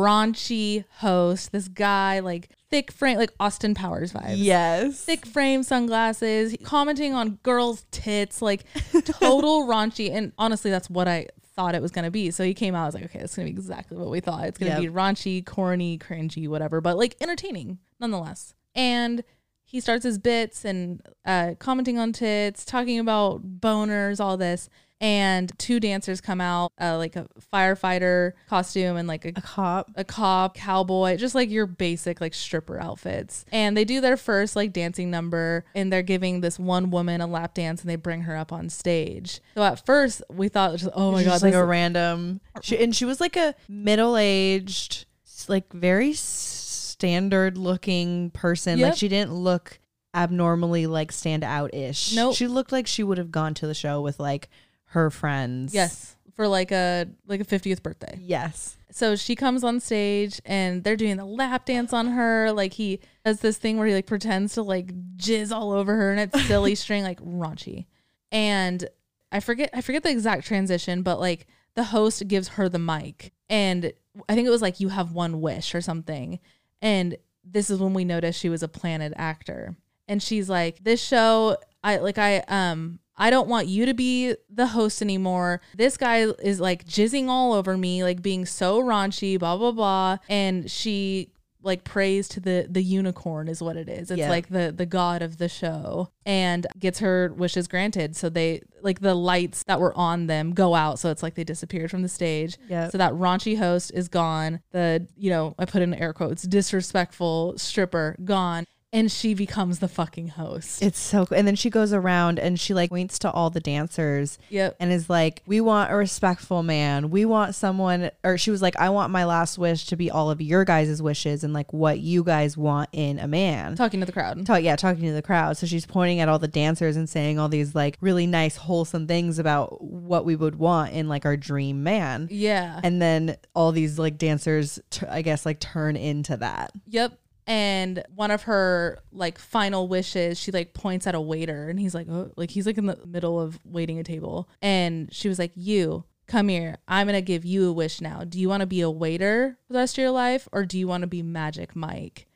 [SPEAKER 2] raunchy host, this guy like thick frame, like Austin Powers vibes.
[SPEAKER 1] yes
[SPEAKER 2] Thick frame sunglasses, commenting on girls' tits, like total raunchy. And honestly, that's what I thought it was gonna be. So he came out, I was like, okay, it's gonna be exactly what we thought. It's gonna
[SPEAKER 1] Yep.
[SPEAKER 2] be raunchy, corny, cringy, whatever, but like entertaining nonetheless. And he starts his bits and uh, commenting on tits, talking about boners, all this. And two dancers come out, uh, like a firefighter costume and like a
[SPEAKER 1] a cop
[SPEAKER 2] a cop, cowboy, just like your basic like stripper outfits. And they do their first like dancing number and they're giving this one woman a lap dance and they bring her up on stage. So at first we thought, just, oh my
[SPEAKER 1] She's
[SPEAKER 2] God,
[SPEAKER 1] just like a
[SPEAKER 2] this-
[SPEAKER 1] random. She, and she was like a middle-aged, s- like very standard-looking person. Like
[SPEAKER 2] Yep.
[SPEAKER 1] she didn't look abnormally like stand out-ish.
[SPEAKER 2] Nope.
[SPEAKER 1] she looked like she would have gone to the show with like her friends.
[SPEAKER 2] yes, for like a like a 50th birthday.
[SPEAKER 1] yes.
[SPEAKER 2] So she comes on stage and they're doing the lap dance on her. Like he does this thing where he like pretends to like jizz all over her and it's silly string, like raunchy. And I forget I forget the exact transition, but like the host gives her the mic and I think it was like you have one wish or something. And this is when we noticed she was a planted actor. And she's like, This show, I like I um I don't want you to be the host anymore. This guy is like jizzing all over me, like being so raunchy, blah blah blah. And she like prays to the the unicorn is what it is. It's
[SPEAKER 1] Yeah.
[SPEAKER 2] like the the god of the show and gets her wishes granted. So they like the lights that were on them go out. So it's like they disappeared from the stage.
[SPEAKER 1] Yep.
[SPEAKER 2] So that raunchy host is gone. The, you know, I put in air quotes, disrespectful stripper gone. And she becomes the fucking host.
[SPEAKER 1] It's so cool. And then she goes around and she like points to all the dancers
[SPEAKER 2] Yep.
[SPEAKER 1] and is like, We want a respectful man. We want someone, or she was like, I want my last wish to be all of your guys' wishes and like what you guys want in a man.
[SPEAKER 2] Talking to the crowd.
[SPEAKER 1] Ta- yeah, talking to the crowd. So she's pointing at all the dancers and saying all these like really nice, wholesome things about what we would want in like our dream man.
[SPEAKER 2] Yeah.
[SPEAKER 1] And then all these like dancers, t- I guess, like turn into that.
[SPEAKER 2] Yep. And one of her like final wishes, she like points at a waiter and he's like, oh, like he's like in the middle of waiting a table. And she was like, You come here. I'm going to give you a wish now. Do you want to be a waiter for the rest of your life or do you want to be Magic Mike?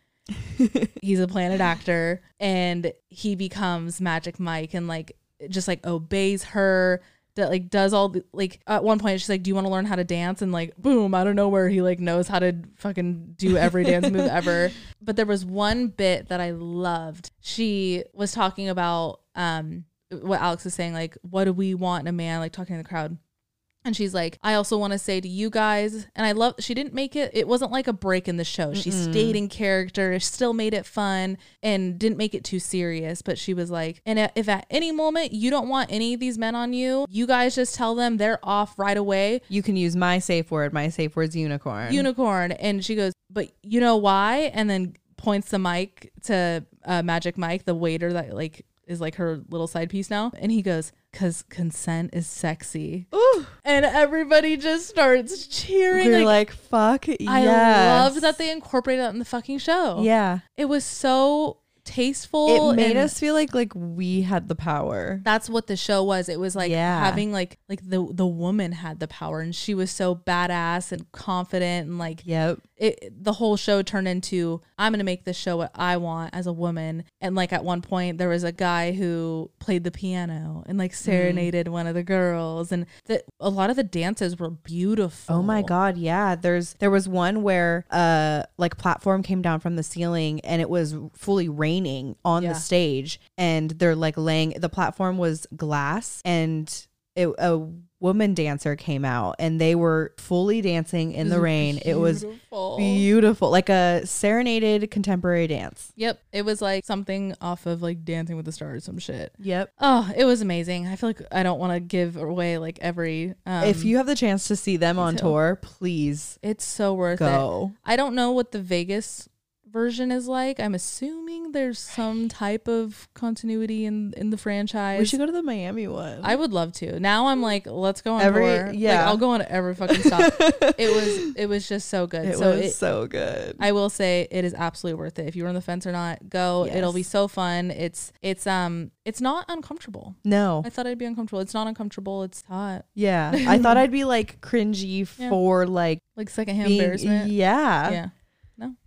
[SPEAKER 2] he's a planet actor and he becomes Magic Mike and like just like obeys her. That like does all the, like at one point she's like, "Do you want to learn how to dance?" And like, boom, I don't know where he like knows how to fucking do every dance move ever. But there was one bit that I loved. She was talking about um what Alex was saying, like, what do we want in a man? Like talking to the crowd. And she's like, I also want to say to you guys, and I love, she didn't make it, it wasn't like a break in the show. She stayed in character, still made it fun, and didn't make it too serious. But she was like, and if at any moment you don't want any of these men on you, you guys just tell them they're off right away
[SPEAKER 1] You can use my safe word. My safe word's unicorn.
[SPEAKER 2] unicorn and she goes but you know why and then points the mic to uh, magic mike the waiter that like is like her little side piece now and he goes because consent is sexy
[SPEAKER 1] Ooh.
[SPEAKER 2] and everybody just starts cheering
[SPEAKER 1] We're
[SPEAKER 2] like,
[SPEAKER 1] like, fuck.
[SPEAKER 2] i
[SPEAKER 1] yes.
[SPEAKER 2] love that they incorporated that in the fucking show
[SPEAKER 1] Yeah.
[SPEAKER 2] it was so tasteful.
[SPEAKER 1] It made
[SPEAKER 2] and
[SPEAKER 1] us feel like like we had the power.
[SPEAKER 2] That's what the show was. It was like
[SPEAKER 1] Yeah.
[SPEAKER 2] having like like the the woman had the power and she was so badass and confident and like
[SPEAKER 1] Yep.
[SPEAKER 2] it, the whole show turned into I'm going to make this show what I want as a woman. And like at one point, there was a guy who played the piano and
[SPEAKER 1] Mm.
[SPEAKER 2] like serenaded one of the girls, and the, a lot of the dances were beautiful.
[SPEAKER 1] Oh my god, yeah. There's there was one where uh like platform came down from the ceiling and it was fully raining on
[SPEAKER 2] Yeah.
[SPEAKER 1] the stage and they're like laying the platform was glass and it, a woman dancer came out and they were fully dancing in the rain. It was
[SPEAKER 2] Beautiful.
[SPEAKER 1] beautiful, like a serenaded contemporary dance.
[SPEAKER 2] Yep, it was like something off of like Dancing with the Stars, or some shit.
[SPEAKER 1] Yep.
[SPEAKER 2] Oh, it was amazing. I feel like I don't want to give away like every. Um,
[SPEAKER 1] if you have the chance to see them on
[SPEAKER 2] too.
[SPEAKER 1] tour, please
[SPEAKER 2] it's so worth it.
[SPEAKER 1] go.
[SPEAKER 2] I don't know what the Vegas version is like. I'm assuming there's some type of continuity in in the franchise.
[SPEAKER 1] We should go to the Miami one.
[SPEAKER 2] I would love to. Now I'm like, let's go on
[SPEAKER 1] Every-
[SPEAKER 2] tour. Like,
[SPEAKER 1] yeah.
[SPEAKER 2] I'll go on every fucking stop. it was it was just so good.
[SPEAKER 1] it
[SPEAKER 2] so
[SPEAKER 1] was
[SPEAKER 2] it,
[SPEAKER 1] so good.
[SPEAKER 2] I will say it is absolutely worth it. If you're on the fence or not, go.
[SPEAKER 1] Yes.
[SPEAKER 2] It'll be so fun. It's it's um it's not uncomfortable.
[SPEAKER 1] no.
[SPEAKER 2] I thought I'd be uncomfortable. It's not uncomfortable. It's hot.
[SPEAKER 1] Yeah. I thought I'd be like cringy
[SPEAKER 2] Yeah.
[SPEAKER 1] for like
[SPEAKER 2] Like secondhand
[SPEAKER 1] being
[SPEAKER 2] embarrassment.
[SPEAKER 1] Yeah.
[SPEAKER 2] yeah.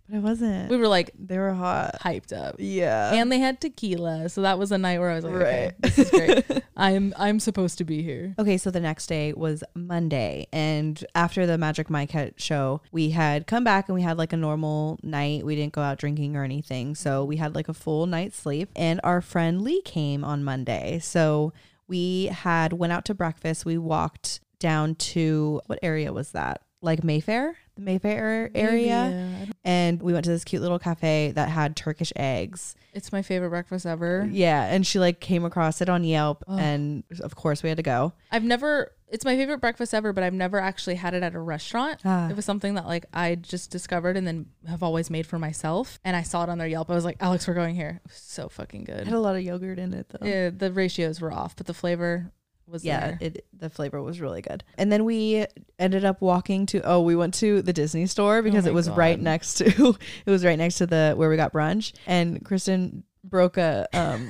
[SPEAKER 1] But I wasn't.
[SPEAKER 2] We were like
[SPEAKER 1] they were hot.
[SPEAKER 2] hyped up.
[SPEAKER 1] Yeah.
[SPEAKER 2] and they had tequila so that was a night where i was like okay,
[SPEAKER 1] Right.
[SPEAKER 2] this is great i'm i'm supposed to be here
[SPEAKER 1] Okay, so the next day was Monday, and after the Magic Mike had show, we had come back and we had like a normal night. We didn't go out drinking or anything, so we had like a full night's sleep. And our friend Lee came on Monday, so we had went out to breakfast. We walked down to what area was that? Like Mayfair, the Mayfair area,
[SPEAKER 2] Maybe, uh,
[SPEAKER 1] and we went to this cute little cafe that had Turkish eggs.
[SPEAKER 2] it's my favorite breakfast ever
[SPEAKER 1] Yeah, and she like came across it on Yelp,
[SPEAKER 2] Ugh.
[SPEAKER 1] and of course we had to go.
[SPEAKER 2] i've never it's my favorite breakfast ever but i've never actually had it at a restaurant
[SPEAKER 1] Ah.
[SPEAKER 2] it was something that like i just discovered and then have always made for myself and i saw it on their yelp i was like alex we're going here it was so fucking
[SPEAKER 1] It had
[SPEAKER 2] good
[SPEAKER 1] a lot of yogurt in it though.
[SPEAKER 2] yeah, the ratios were off but the flavor was
[SPEAKER 1] yeah,
[SPEAKER 2] there
[SPEAKER 1] it the flavor was really good. And then we ended up walking to oh, we went to the Disney store because
[SPEAKER 2] Oh my
[SPEAKER 1] it was right
[SPEAKER 2] God.
[SPEAKER 1] next to it was right next to the where we got brunch and Kristen broke a um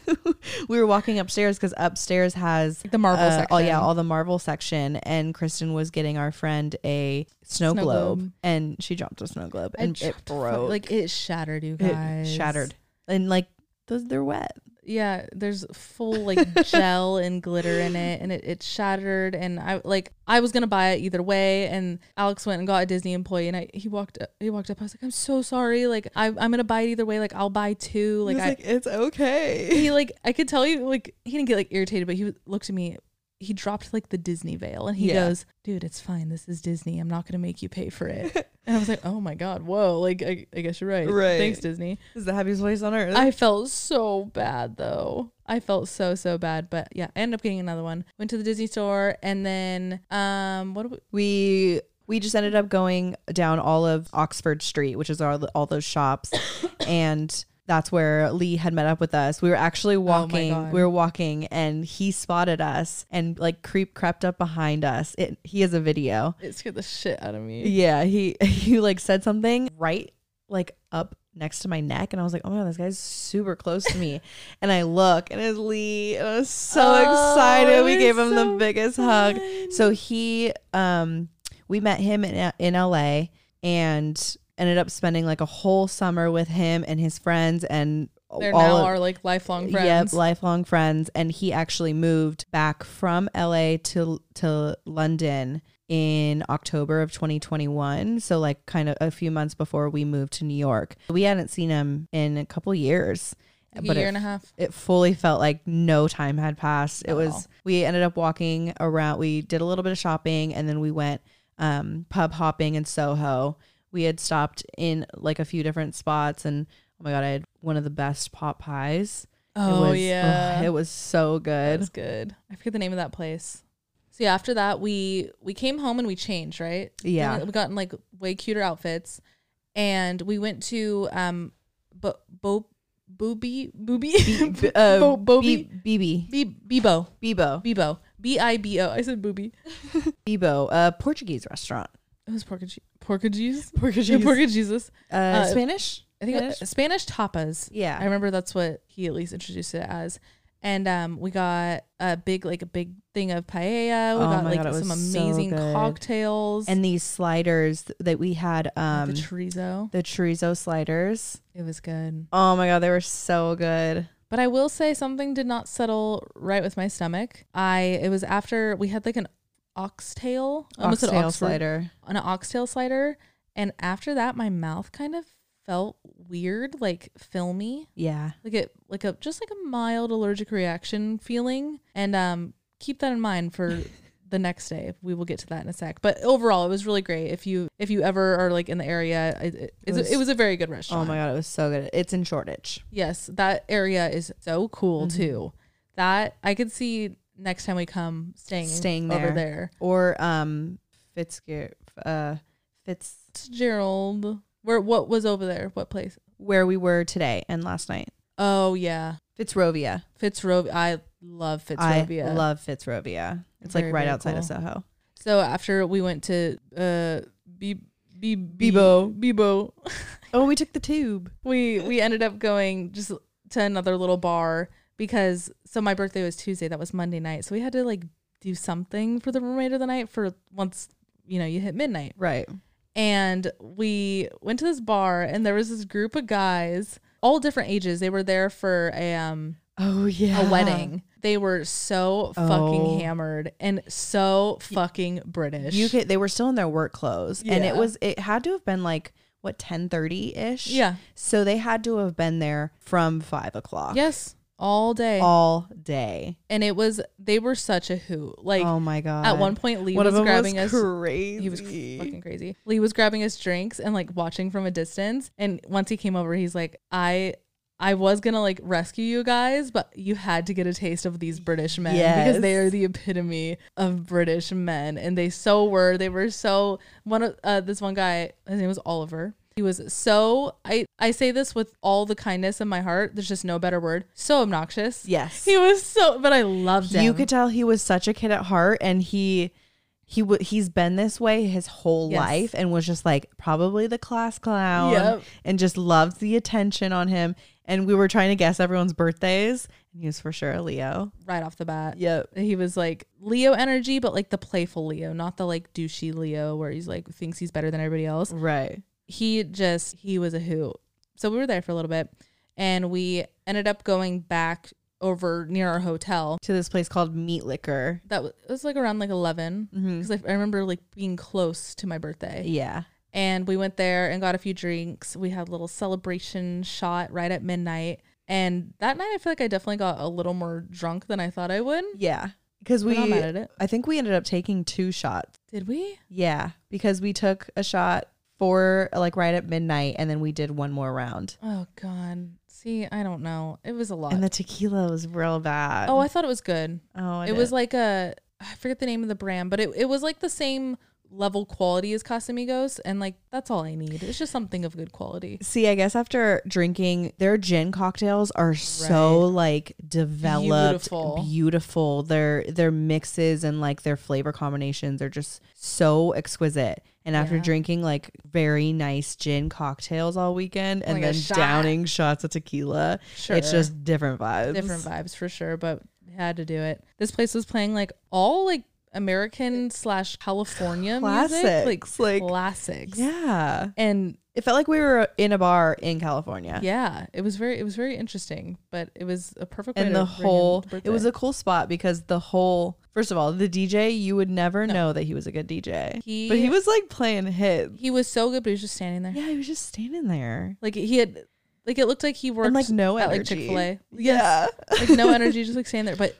[SPEAKER 1] we were walking upstairs because upstairs has
[SPEAKER 2] Like the marble
[SPEAKER 1] uh,
[SPEAKER 2] section
[SPEAKER 1] oh yeah all the marvel section and kristen was getting our friend a snow,
[SPEAKER 2] Snow
[SPEAKER 1] globe,
[SPEAKER 2] globe.
[SPEAKER 1] and she dropped a snow globe
[SPEAKER 2] I
[SPEAKER 1] and it
[SPEAKER 2] dropped the fuck-
[SPEAKER 1] broke
[SPEAKER 2] like it shattered you
[SPEAKER 1] it
[SPEAKER 2] guys
[SPEAKER 1] shattered and like those they're wet
[SPEAKER 2] yeah there's full like gel and glitter in it and it, it shattered and i like i was gonna buy it either way and alex went and got a disney employee and I, he walked up he walked up i was like i'm so sorry like I, i'm gonna buy it either way like i'll buy two
[SPEAKER 1] like,
[SPEAKER 2] like
[SPEAKER 1] was
[SPEAKER 2] i
[SPEAKER 1] like it's okay
[SPEAKER 2] he like i could tell you like he didn't get like irritated but he w- looked at me he dropped like the disney veil and he
[SPEAKER 1] Yeah.
[SPEAKER 2] goes dude it's fine this is disney i'm not gonna make you pay for it and i was like oh my god whoa like i, I guess you're right
[SPEAKER 1] Right.
[SPEAKER 2] thanks disney
[SPEAKER 1] This is the happiest place on earth
[SPEAKER 2] I felt so bad though. I felt so so bad, but yeah, I ended up getting another one. Went to the Disney store and then um what do we,
[SPEAKER 1] we we just ended up going down all of Oxford Street, which is all all those shops, and that's where Lee had met up with us. We were actually walking.
[SPEAKER 2] God.
[SPEAKER 1] we were walking, and he spotted us and like creep crept up behind us. It, he has a video.
[SPEAKER 2] it scared the shit out of me.
[SPEAKER 1] Yeah, he he like said something right like up next to my neck, and I was like, oh my god, this guy's super close to me. and I look, and it's Lee, and I was so
[SPEAKER 2] Oh,
[SPEAKER 1] excited. We
[SPEAKER 2] it
[SPEAKER 1] gave
[SPEAKER 2] was
[SPEAKER 1] him
[SPEAKER 2] so
[SPEAKER 1] the biggest hug. So he, um, we met him in uh, in LA and ended up spending like a whole summer with him and his friends and
[SPEAKER 2] They're
[SPEAKER 1] all
[SPEAKER 2] now
[SPEAKER 1] of-
[SPEAKER 2] our like lifelong
[SPEAKER 1] Yep,
[SPEAKER 2] friends.
[SPEAKER 1] lifelong friends. And he actually moved back from LA to to London in October of 2021. So like kind of a few months before we moved to New York. We hadn't seen him in a couple years.
[SPEAKER 2] Like,
[SPEAKER 1] but
[SPEAKER 2] a year
[SPEAKER 1] it
[SPEAKER 2] and a half.
[SPEAKER 1] it fully felt like no time had passed. It
[SPEAKER 2] Not at all.
[SPEAKER 1] was we ended up walking around. We did a little bit of shopping and then we went um, pub hopping in Soho. We had stopped in like a few different spots and oh my god, I had one of the best pot pies.
[SPEAKER 2] Oh
[SPEAKER 1] it was,
[SPEAKER 2] yeah.
[SPEAKER 1] ugh, it was so
[SPEAKER 2] That
[SPEAKER 1] good.
[SPEAKER 2] was good. I forget the name of that place. So yeah, after that we we came home and we changed, right?
[SPEAKER 1] Yeah.
[SPEAKER 2] We- We got in like way cuter outfits and we went to um bo bo booby booby
[SPEAKER 1] B- uh,
[SPEAKER 2] Bo- Bobby?
[SPEAKER 1] Be- Bibi.
[SPEAKER 2] Be- Bebo.
[SPEAKER 1] Bibo.
[SPEAKER 2] Bebo. B I B O. I said booby.
[SPEAKER 1] Bibo, a Uh, Portuguese restaurant.
[SPEAKER 2] It was Porca Je- Porca Jesus.
[SPEAKER 1] Portuguese.
[SPEAKER 2] Yeah, Porca Jesus.
[SPEAKER 1] Uh,
[SPEAKER 2] Uh,
[SPEAKER 1] Spanish?
[SPEAKER 2] I think it-
[SPEAKER 1] Spanish?
[SPEAKER 2] Spanish tapas. I
[SPEAKER 1] Yeah.
[SPEAKER 2] remember that's what he at least introduced it as. And um, we got a big, like a big thing of paella. We
[SPEAKER 1] Oh
[SPEAKER 2] got
[SPEAKER 1] my
[SPEAKER 2] like
[SPEAKER 1] God, it was
[SPEAKER 2] some
[SPEAKER 1] so
[SPEAKER 2] amazing
[SPEAKER 1] good.
[SPEAKER 2] cocktails
[SPEAKER 1] And these sliders th- that we had, um,
[SPEAKER 2] the chorizo.
[SPEAKER 1] the chorizo sliders.
[SPEAKER 2] It was good.
[SPEAKER 1] Oh my god, they were so good.
[SPEAKER 2] But I will say something did not settle right with my stomach. I it was after we had like an oxtail, I almost
[SPEAKER 1] Oxtail
[SPEAKER 2] an Oxford,
[SPEAKER 1] slider.
[SPEAKER 2] an oxtail slider, and after that my mouth kind of felt weird, like filmy,
[SPEAKER 1] Yeah.
[SPEAKER 2] like it like a just like a mild allergic reaction feeling. And um, keep that in mind for the next day. We will get to that in a sec. But overall, it was really great. If you if you ever are like in the area, it, it, it, was,
[SPEAKER 1] was-
[SPEAKER 2] it was a very good
[SPEAKER 1] Oh
[SPEAKER 2] restaurant.
[SPEAKER 1] my god, it was so good. It's in Shoreditch.
[SPEAKER 2] Yes, that area is so cool
[SPEAKER 1] Mm-hmm.
[SPEAKER 2] too. That I could see next time we come staying
[SPEAKER 1] Staying
[SPEAKER 2] over
[SPEAKER 1] there.
[SPEAKER 2] there.
[SPEAKER 1] Or um Fitzger uh Fitz
[SPEAKER 2] Fitzgerald. Where what was over there? What place?
[SPEAKER 1] where we were today and last night.
[SPEAKER 2] Oh yeah.
[SPEAKER 1] Fitzrovia.
[SPEAKER 2] Fitzrovia. I love Fitzrovia.
[SPEAKER 1] I love Fitzrovia. It's like
[SPEAKER 2] Very,
[SPEAKER 1] right
[SPEAKER 2] very
[SPEAKER 1] outside of
[SPEAKER 2] cool.
[SPEAKER 1] Soho.
[SPEAKER 2] so after we went to uh B B
[SPEAKER 1] Bebo.
[SPEAKER 2] Bebo.
[SPEAKER 1] Oh, we took the tube.
[SPEAKER 2] we we ended up going just to another little bar because so my birthday was Tuesday, that was Monday night. So we had to like do something for the remainder of the night for once, you know, you hit midnight.
[SPEAKER 1] Right.
[SPEAKER 2] and we went to this bar and there was this group of guys all different ages they were there for a um
[SPEAKER 1] Oh yeah.
[SPEAKER 2] a wedding they were so
[SPEAKER 1] Oh.
[SPEAKER 2] fucking hammered and so fucking british
[SPEAKER 1] You could, they were still in their work clothes and it
[SPEAKER 2] Yeah.
[SPEAKER 1] was it had to have been like what 10:30 ish.
[SPEAKER 2] yeah
[SPEAKER 1] So they had to have been there from five o'clock.
[SPEAKER 2] yes all day
[SPEAKER 1] All day.
[SPEAKER 2] and it was they were such a hoot like
[SPEAKER 1] oh my god.
[SPEAKER 2] at one point lee
[SPEAKER 1] one
[SPEAKER 2] was
[SPEAKER 1] of them
[SPEAKER 2] grabbing
[SPEAKER 1] was
[SPEAKER 2] us
[SPEAKER 1] crazy.
[SPEAKER 2] he was fucking crazy. Lee was grabbing us drinks and like watching from a distance. And once he came over, he's like, I I was gonna like rescue you guys, but you had to get a taste of these British men because they
[SPEAKER 1] Yes.
[SPEAKER 2] are the epitome of British men. And they so were. They were so one of uh, this one guy, his name was Oliver. He was so I I say this with all the kindness in my heart. There's just no better word. So obnoxious.
[SPEAKER 1] Yes.
[SPEAKER 2] He was so but I loved him.
[SPEAKER 1] you could tell he was such a kid at heart and he he w- he's been this way his whole
[SPEAKER 2] Yes.
[SPEAKER 1] life and was just like probably the class clown
[SPEAKER 2] Yep.
[SPEAKER 1] and just loved the attention on him and we were trying to guess everyone's birthdays and he was for sure a leo
[SPEAKER 2] right off the bat.
[SPEAKER 1] yep
[SPEAKER 2] he was like Leo energy, but like the playful Leo, not the like douchey Leo where he's like thinks he's better than everybody else.
[SPEAKER 1] right
[SPEAKER 2] He just he was a hoot. So we were there for a little bit, and we ended up going back over near our hotel.
[SPEAKER 1] to this place called meat liquor
[SPEAKER 2] That was, it was like around like eleven
[SPEAKER 1] mm-hmm.
[SPEAKER 2] because I remember like being close to my birthday,
[SPEAKER 1] yeah
[SPEAKER 2] and we went there and got a few drinks. We had a little celebration shot right at midnight. And that night, I feel like I definitely got a little more drunk than I thought I would.
[SPEAKER 1] yeah because
[SPEAKER 2] We're
[SPEAKER 1] we
[SPEAKER 2] not mad at it.
[SPEAKER 1] i think we ended up taking two shots
[SPEAKER 2] Did we?
[SPEAKER 1] yeah because we took a shot for like right at midnight and then we did one more round
[SPEAKER 2] Oh God. See, I don't know. It was a lot.
[SPEAKER 1] and the tequila was real bad
[SPEAKER 2] oh, I thought it was good.
[SPEAKER 1] Oh, I
[SPEAKER 2] It was like a I forget the name of the brand, but it, it was like the same level quality as Casamigos, and like that's all I need. It's just something of good quality.
[SPEAKER 1] See, I guess after drinking, their gin cocktails are so like developed,
[SPEAKER 2] Beautiful.
[SPEAKER 1] beautiful. Their their mixes and like their flavor combinations are just so exquisite. And after
[SPEAKER 2] Yeah.
[SPEAKER 1] drinking like very nice gin cocktails all weekend and
[SPEAKER 2] Like
[SPEAKER 1] then
[SPEAKER 2] a Oh shot.
[SPEAKER 1] downing shots of tequila,
[SPEAKER 2] Sure.
[SPEAKER 1] it's just different vibes.
[SPEAKER 2] different vibes for sure, but had to do it. This place was playing like all like American slash California music,
[SPEAKER 1] Classics,
[SPEAKER 2] like,
[SPEAKER 1] like-
[SPEAKER 2] classics.
[SPEAKER 1] Yeah.
[SPEAKER 2] And
[SPEAKER 1] It felt like we were in a bar in California.
[SPEAKER 2] yeah, it was very it was very interesting, but it was a perfect way
[SPEAKER 1] and
[SPEAKER 2] to
[SPEAKER 1] the
[SPEAKER 2] bring in
[SPEAKER 1] whole
[SPEAKER 2] the
[SPEAKER 1] it was
[SPEAKER 2] birthday.
[SPEAKER 1] a cool spot because the whole first of all the dj you would never know that he was a good dj
[SPEAKER 2] He-
[SPEAKER 1] but he was like playing hits
[SPEAKER 2] he was so good, but he was just standing there.
[SPEAKER 1] yeah he was just standing there
[SPEAKER 2] Like he had, like it looked like he worked
[SPEAKER 1] and like no
[SPEAKER 2] at like
[SPEAKER 1] energy
[SPEAKER 2] Chick Fil A,
[SPEAKER 1] yeah
[SPEAKER 2] like no energy, just like staying there. But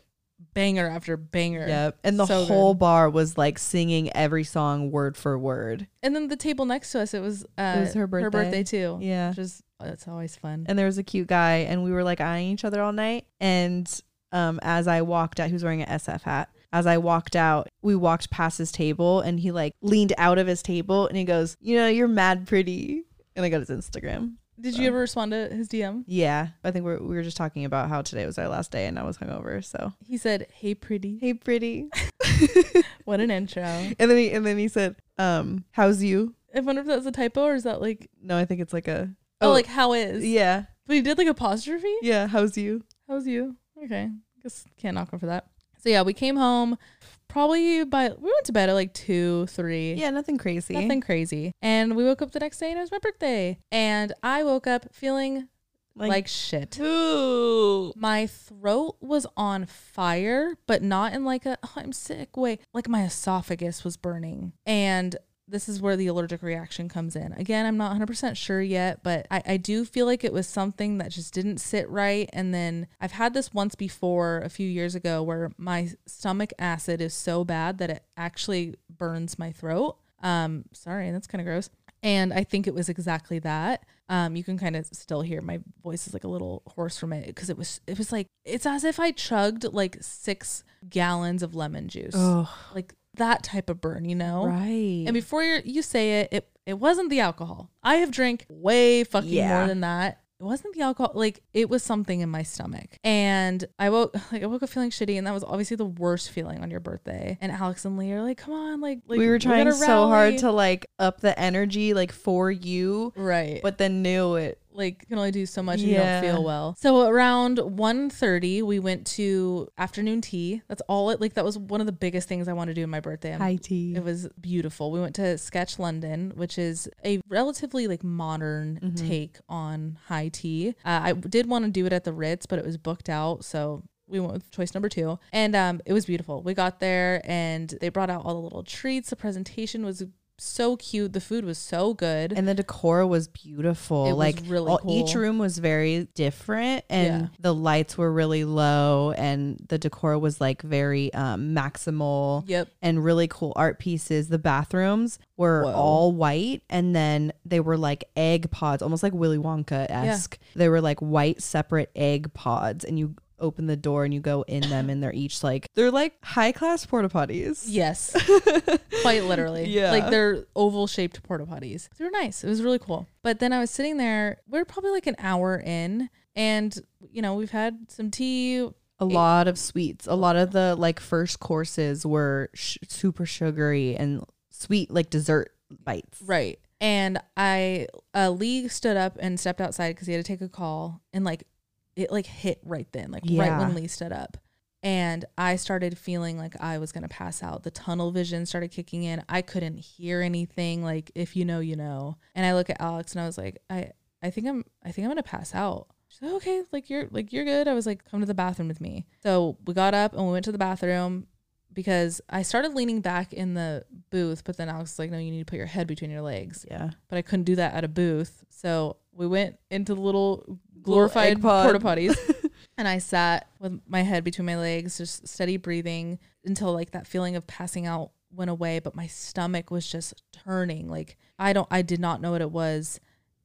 [SPEAKER 2] banger after banger.
[SPEAKER 1] yep and the
[SPEAKER 2] So good.
[SPEAKER 1] whole bar was like singing every song word for word
[SPEAKER 2] And then the table next to us, it was uh,
[SPEAKER 1] was her
[SPEAKER 2] her birthday
[SPEAKER 1] birthday.
[SPEAKER 2] too.
[SPEAKER 1] yeah
[SPEAKER 2] which is uh, it's always fun.
[SPEAKER 1] and there was a cute guy and we were like eyeing each other all night and um as i walked out he was wearing an sf hat as i walked out we walked past his table and he like leaned out of his table and he goes you know you're mad pretty and i got his instagram
[SPEAKER 2] Did you ever respond to his DM?
[SPEAKER 1] yeah i think we're, we were just talking about how today was our last day and i was hungover so
[SPEAKER 2] He said, "Hey, pretty."
[SPEAKER 1] hey pretty
[SPEAKER 2] What an intro.
[SPEAKER 1] and then he and then he said um how's you
[SPEAKER 2] I wonder if that was a typo or is that like
[SPEAKER 1] no i think it's like a
[SPEAKER 2] Oh,
[SPEAKER 1] Oh.
[SPEAKER 2] like how is?
[SPEAKER 1] Yeah.
[SPEAKER 2] But he did like apostrophe.
[SPEAKER 1] Yeah. How's you?
[SPEAKER 2] How's you? Okay. Guess can't knock him for that. So yeah, we came home probably by we went to bed at like two, three.
[SPEAKER 1] Yeah, nothing crazy.
[SPEAKER 2] Nothing crazy. And we woke up the next day and it was my birthday. And I woke up feeling like, shit.
[SPEAKER 1] two.
[SPEAKER 2] My throat was on fire, but not in like a oh, I'm sick way. Like my esophagus was burning. And this is where the allergic reaction comes in. Again, I'm not 100% sure yet, but I, I do feel like it was something that just didn't sit right. And then I've had this once before a few years ago where my stomach acid is so bad that it actually burns my throat. Um, sorry, that's kind of gross. And I think it was exactly that. Um, you can kind of still hear my voice is like a little hoarse from it because it was it was like it's as if I chugged like six gallons of lemon juice,
[SPEAKER 1] Oh,
[SPEAKER 2] like that type of burn, you know.
[SPEAKER 1] right.
[SPEAKER 2] And before you you say it, it it wasn't the alcohol. I have drank way fucking
[SPEAKER 1] Yeah.
[SPEAKER 2] more than that. It wasn't the alcohol. Like it was something in my stomach, and I woke like I woke up feeling shitty, and that was obviously the worst feeling on your birthday. And Alex and Lee are like, "Come on, like, like
[SPEAKER 1] we were trying
[SPEAKER 2] gotta
[SPEAKER 1] so hard
[SPEAKER 2] rally."
[SPEAKER 1] to like up the energy like for you,
[SPEAKER 2] right,
[SPEAKER 1] but then knew it.
[SPEAKER 2] like you can only do so much
[SPEAKER 1] Yeah.
[SPEAKER 2] and you don't feel well. So around 1.30, we went to afternoon tea. That's all it like that was one of the biggest things I wanted to do on my birthday. I'm-
[SPEAKER 1] tea.
[SPEAKER 2] It was beautiful. We went to Sketch London, which is a relatively like modern
[SPEAKER 1] Mm-hmm.
[SPEAKER 2] take on high tea. Uh, I did want to do it at the Ritz, but it was booked out, so we went with choice number two, and um, it was beautiful. We got there, and they brought out all the little treats. The presentation was so cute. The food was so good.
[SPEAKER 1] and the decor was beautiful.
[SPEAKER 2] It was
[SPEAKER 1] like
[SPEAKER 2] really
[SPEAKER 1] all- each
[SPEAKER 2] cool.
[SPEAKER 1] room was very different, and
[SPEAKER 2] Yeah.
[SPEAKER 1] the lights were really low, and the decor was like very um, maximal.
[SPEAKER 2] yep.
[SPEAKER 1] and really cool art pieces. The bathrooms were
[SPEAKER 2] Whoa.
[SPEAKER 1] all white and then they were like egg pods, almost like Willy Wonka esque. They were like white separate egg pods and you open the door and you go in them and they're each like they're like high class porta potties.
[SPEAKER 2] Yes. Quite literally.
[SPEAKER 1] Yeah.
[SPEAKER 2] Like they're oval shaped porta potties. They were nice. It was really cool. But then I was sitting there, we are probably like an hour in, and you know, we've had some tea.
[SPEAKER 1] A lot of sweets. A lot of the like first courses were sh- super sugary and sweet like dessert bites.
[SPEAKER 2] Right. And I uh Lee stood up and stepped outside because he had to take a call and like it like hit right then, like right
[SPEAKER 1] Yeah.
[SPEAKER 2] when Lee stood up. And I started feeling like I was gonna pass out. The tunnel vision started kicking in. I couldn't hear anything. Like if you know, you know. And I look at Alex and I was like, I I think I'm I think I'm gonna pass out. She's like, okay, like you're like you're good. I was like, come to the bathroom with me. So we got up and we went to the bathroom because I started leaning back in the booth, but then Alex was like, no, you need to put your head between your legs.
[SPEAKER 1] Yeah.
[SPEAKER 2] But I couldn't do that at a booth. So we went into the little
[SPEAKER 1] egg
[SPEAKER 2] glorified
[SPEAKER 1] pod.
[SPEAKER 2] porta potties. and I sat with my head between my legs, just steady breathing until like that feeling of passing out went away. But my stomach was just turning. Like I don't, I did not know what it was.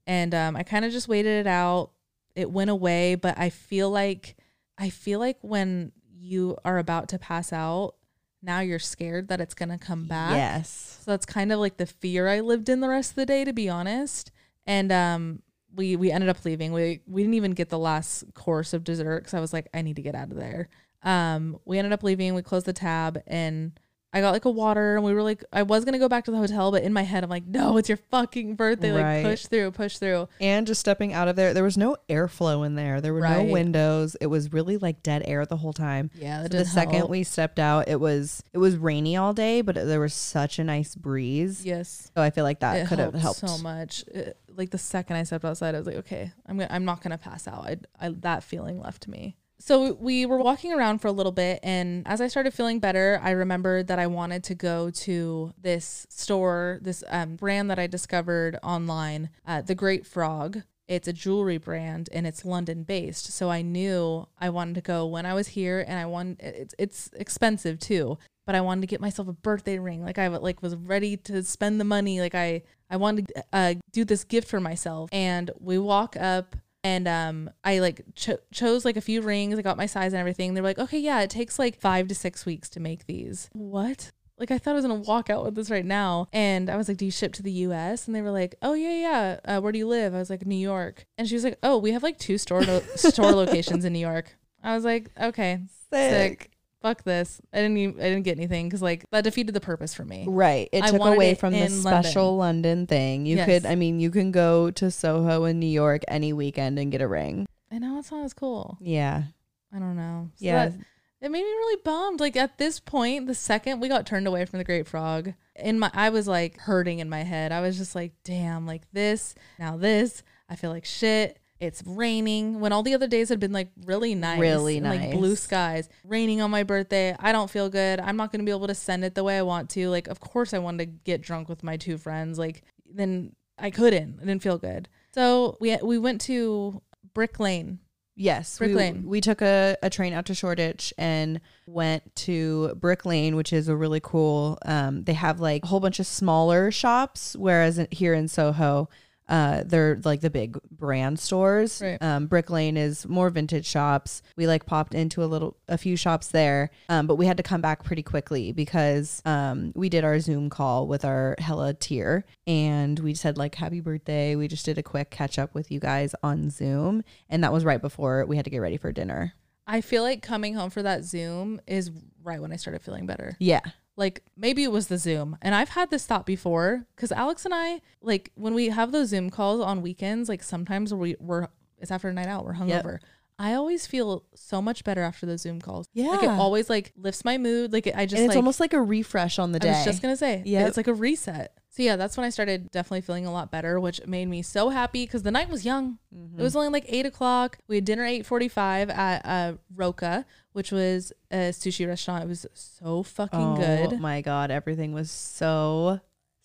[SPEAKER 2] And um, I kind of just waited it out. It went away, but I feel like I feel like when you are about to pass out, now you're scared that it's gonna come back.
[SPEAKER 1] Yes.
[SPEAKER 2] So that's kind of like the fear I lived in the rest of the day, to be honest. And um, we we ended up leaving. We we didn't even get the last course of dessert because I was like, I need to get out of there. Um, we ended up leaving. We closed the tab, and I got like a water. And we were like, I was gonna go back to the hotel, but in my head, I'm like, no, it's your fucking birthday.
[SPEAKER 1] Right.
[SPEAKER 2] Like push through, push through.
[SPEAKER 1] and just stepping out of there there was no airflow in there there were
[SPEAKER 2] Right.
[SPEAKER 1] no windows it was really like dead air the whole time
[SPEAKER 2] Yeah,
[SPEAKER 1] so
[SPEAKER 2] that
[SPEAKER 1] the
[SPEAKER 2] didn't
[SPEAKER 1] second
[SPEAKER 2] help.
[SPEAKER 1] we stepped out it was it was rainy all day but there was such a nice breeze
[SPEAKER 2] Yes.
[SPEAKER 1] so i feel like that
[SPEAKER 2] it
[SPEAKER 1] could have helped
[SPEAKER 2] so much. It- like the second I stepped outside, I was like, okay, I'm gonna, I'm not gonna pass out. I, I that feeling left me. So we were walking around for a little bit, and as I started feeling better, I remembered that I wanted to go to this store, this um, brand that I discovered online, uh, the Great Frog. It's a jewelry brand and it's London based, so I knew I wanted to go when I was here, and I wanted it's it's expensive too but I wanted to get myself a birthday ring. Like I like was ready to spend the money. Like I I wanted to uh, do this gift for myself. And we walk up and um I like cho- chose like a few rings. I got my size and everything. They were like, okay, yeah, it takes like five to six weeks to make these. What? Like I thought I was gonna walk out with this right now, and I was like, "Do you ship to the U.S.?" And they were like, "Oh yeah, yeah. Uh, where do you live?" I was like, "New York." And she was like, "Oh, we have like two store lo- store locations in New York." I was like, "Okay, sick. fuck this. I didn't even, I didn't get anything because like that defeated the purpose for me.
[SPEAKER 1] Right. It
[SPEAKER 2] I
[SPEAKER 1] took
[SPEAKER 2] wanted
[SPEAKER 1] away
[SPEAKER 2] it
[SPEAKER 1] from the
[SPEAKER 2] in
[SPEAKER 1] special London, thing. You
[SPEAKER 2] Yes.
[SPEAKER 1] could, I mean, you can go to Soho in New York any weekend and get a ring.
[SPEAKER 2] I know it's not as cool.
[SPEAKER 1] Yeah.
[SPEAKER 2] I don't know. So
[SPEAKER 1] Yeah.
[SPEAKER 2] that- it made me really bummed. Like at this point, the second we got turned away from the Great Frog, in my I was like hurting in my head. I was just like, damn, like this, now this. I feel like shit. It's raining when all the other days had been like really nice,
[SPEAKER 1] Really
[SPEAKER 2] and, like
[SPEAKER 1] nice.
[SPEAKER 2] blue skies. Raining on my birthday. I don't feel good. I'm not gonna be able to send it the way I want to. Like, of course, I wanted to get drunk with my two friends. Like, then I couldn't. I didn't feel good. So we we went to Brick Lane.
[SPEAKER 1] Yes,
[SPEAKER 2] Brick
[SPEAKER 1] we,
[SPEAKER 2] Lane.
[SPEAKER 1] we took a, a train out to Shoreditch and went to Brick Lane, which is a really cool. Um, they have like a whole bunch of smaller shops, whereas in, here in Soho, uh, they're like the big brand stores.
[SPEAKER 2] Right.
[SPEAKER 1] Um, Brick Lane is more vintage shops. We like popped into a little, a few shops there, um, but we had to come back pretty quickly because um, we did our Zoom call with our Hella tier, and we said like Happy Birthday. We just did a quick catch up with you guys on Zoom, and that was right before we had to get ready for dinner.
[SPEAKER 2] I feel like coming home for that Zoom is right when I started feeling better.
[SPEAKER 1] Yeah,
[SPEAKER 2] Like maybe it was the Zoom. And I've had this thought before because Alex and I, like when we have those Zoom calls on weekends, like sometimes we, we're, it's after a night out, we're
[SPEAKER 1] Yep.
[SPEAKER 2] hungover. I always feel so much better after those Zoom calls. Like it
[SPEAKER 1] Yeah.
[SPEAKER 2] always like lifts my mood. Like it, I just
[SPEAKER 1] and it's
[SPEAKER 2] like,
[SPEAKER 1] almost like a refresh on the
[SPEAKER 2] I
[SPEAKER 1] day.
[SPEAKER 2] was just gonna say, yeah,
[SPEAKER 1] Yep.
[SPEAKER 2] it's like a reset. So yeah, that's when I started definitely feeling a lot better, which made me so happy because the night was young. It
[SPEAKER 1] Mm-hmm.
[SPEAKER 2] was only like eight o'clock. We had dinner eight forty-five at uh, Roca, which was a sushi restaurant. It was so fucking
[SPEAKER 1] oh
[SPEAKER 2] good.
[SPEAKER 1] my god, everything was so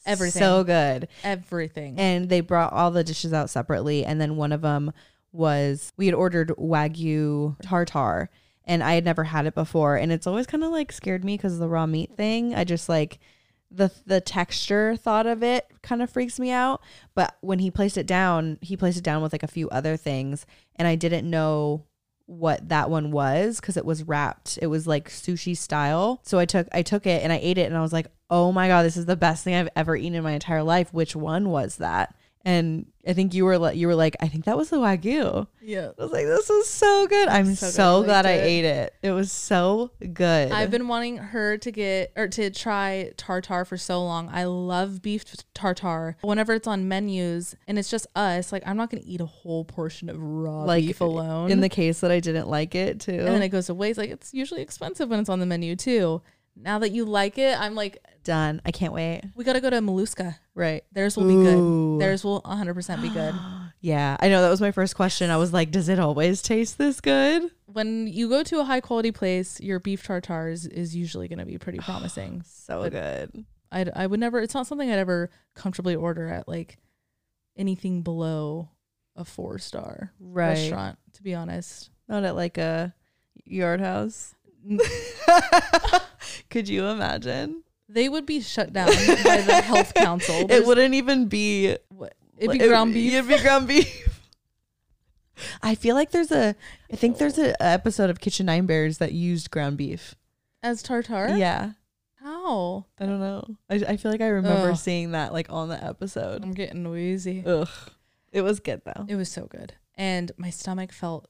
[SPEAKER 2] Everything.
[SPEAKER 1] so good.
[SPEAKER 2] Everything.
[SPEAKER 1] and they brought all the dishes out separately and then one of them was we had ordered wagyu tartar and i had never had it before and it's always kind of like scared me because of the raw meat thing i just like the the texture thought of it kind of freaks me out but when he placed it down he placed it down with like a few other things and i didn't know what that one was because it was wrapped it was like sushi style so i took i took it and i ate it and i was like oh my god this is the best thing i've ever eaten in my entire life which one was that and i think you were like you were like i think that was the wagyu
[SPEAKER 2] yeah.
[SPEAKER 1] i was like this is so good i'm
[SPEAKER 2] So
[SPEAKER 1] so,
[SPEAKER 2] good. I
[SPEAKER 1] glad i
[SPEAKER 2] liked it.
[SPEAKER 1] ate it it was so good
[SPEAKER 2] I've been wanting her to get or to try tartar for so long. I love beef tartar. Whenever it's on menus and it's just us, like I'm not gonna eat a whole portion of raw
[SPEAKER 1] Like,
[SPEAKER 2] beef alone.
[SPEAKER 1] in the case that i didn't like it too
[SPEAKER 2] and then it goes to waste. Like it's usually expensive when it's on the menu too. Now that you like it, I'm like,
[SPEAKER 1] done i can't wait
[SPEAKER 2] we gotta go to Maluska.
[SPEAKER 1] right
[SPEAKER 2] Theirs will be good.
[SPEAKER 1] Ooh.
[SPEAKER 2] Theirs will 100 percent be good.
[SPEAKER 1] yeah i know that was my first question i was like does it always taste this good
[SPEAKER 2] When you go to a high quality place, your beef tartare is, is usually gonna be pretty promising.
[SPEAKER 1] so good
[SPEAKER 2] I I would never. It's not something I'd ever comfortably order at like anything below a four star
[SPEAKER 1] Right.
[SPEAKER 2] restaurant. To be honest,
[SPEAKER 1] not at like a yard house
[SPEAKER 2] N-
[SPEAKER 1] could you imagine
[SPEAKER 2] they would be shut down by the health council.
[SPEAKER 1] it wouldn't even be
[SPEAKER 2] would. It'd be ground beef.
[SPEAKER 1] It'd be ground beef. I feel like there's a, I think there's an episode of Kitchen Nine Bears that used ground beef.
[SPEAKER 2] as tartare.
[SPEAKER 1] Yeah,
[SPEAKER 2] How?
[SPEAKER 1] I don't know. I, I feel like I remember
[SPEAKER 2] Ugh.
[SPEAKER 1] seeing that like on the episode.
[SPEAKER 2] I'm getting wheezy.
[SPEAKER 1] Ugh, it was good though.
[SPEAKER 2] It was so good. And my stomach felt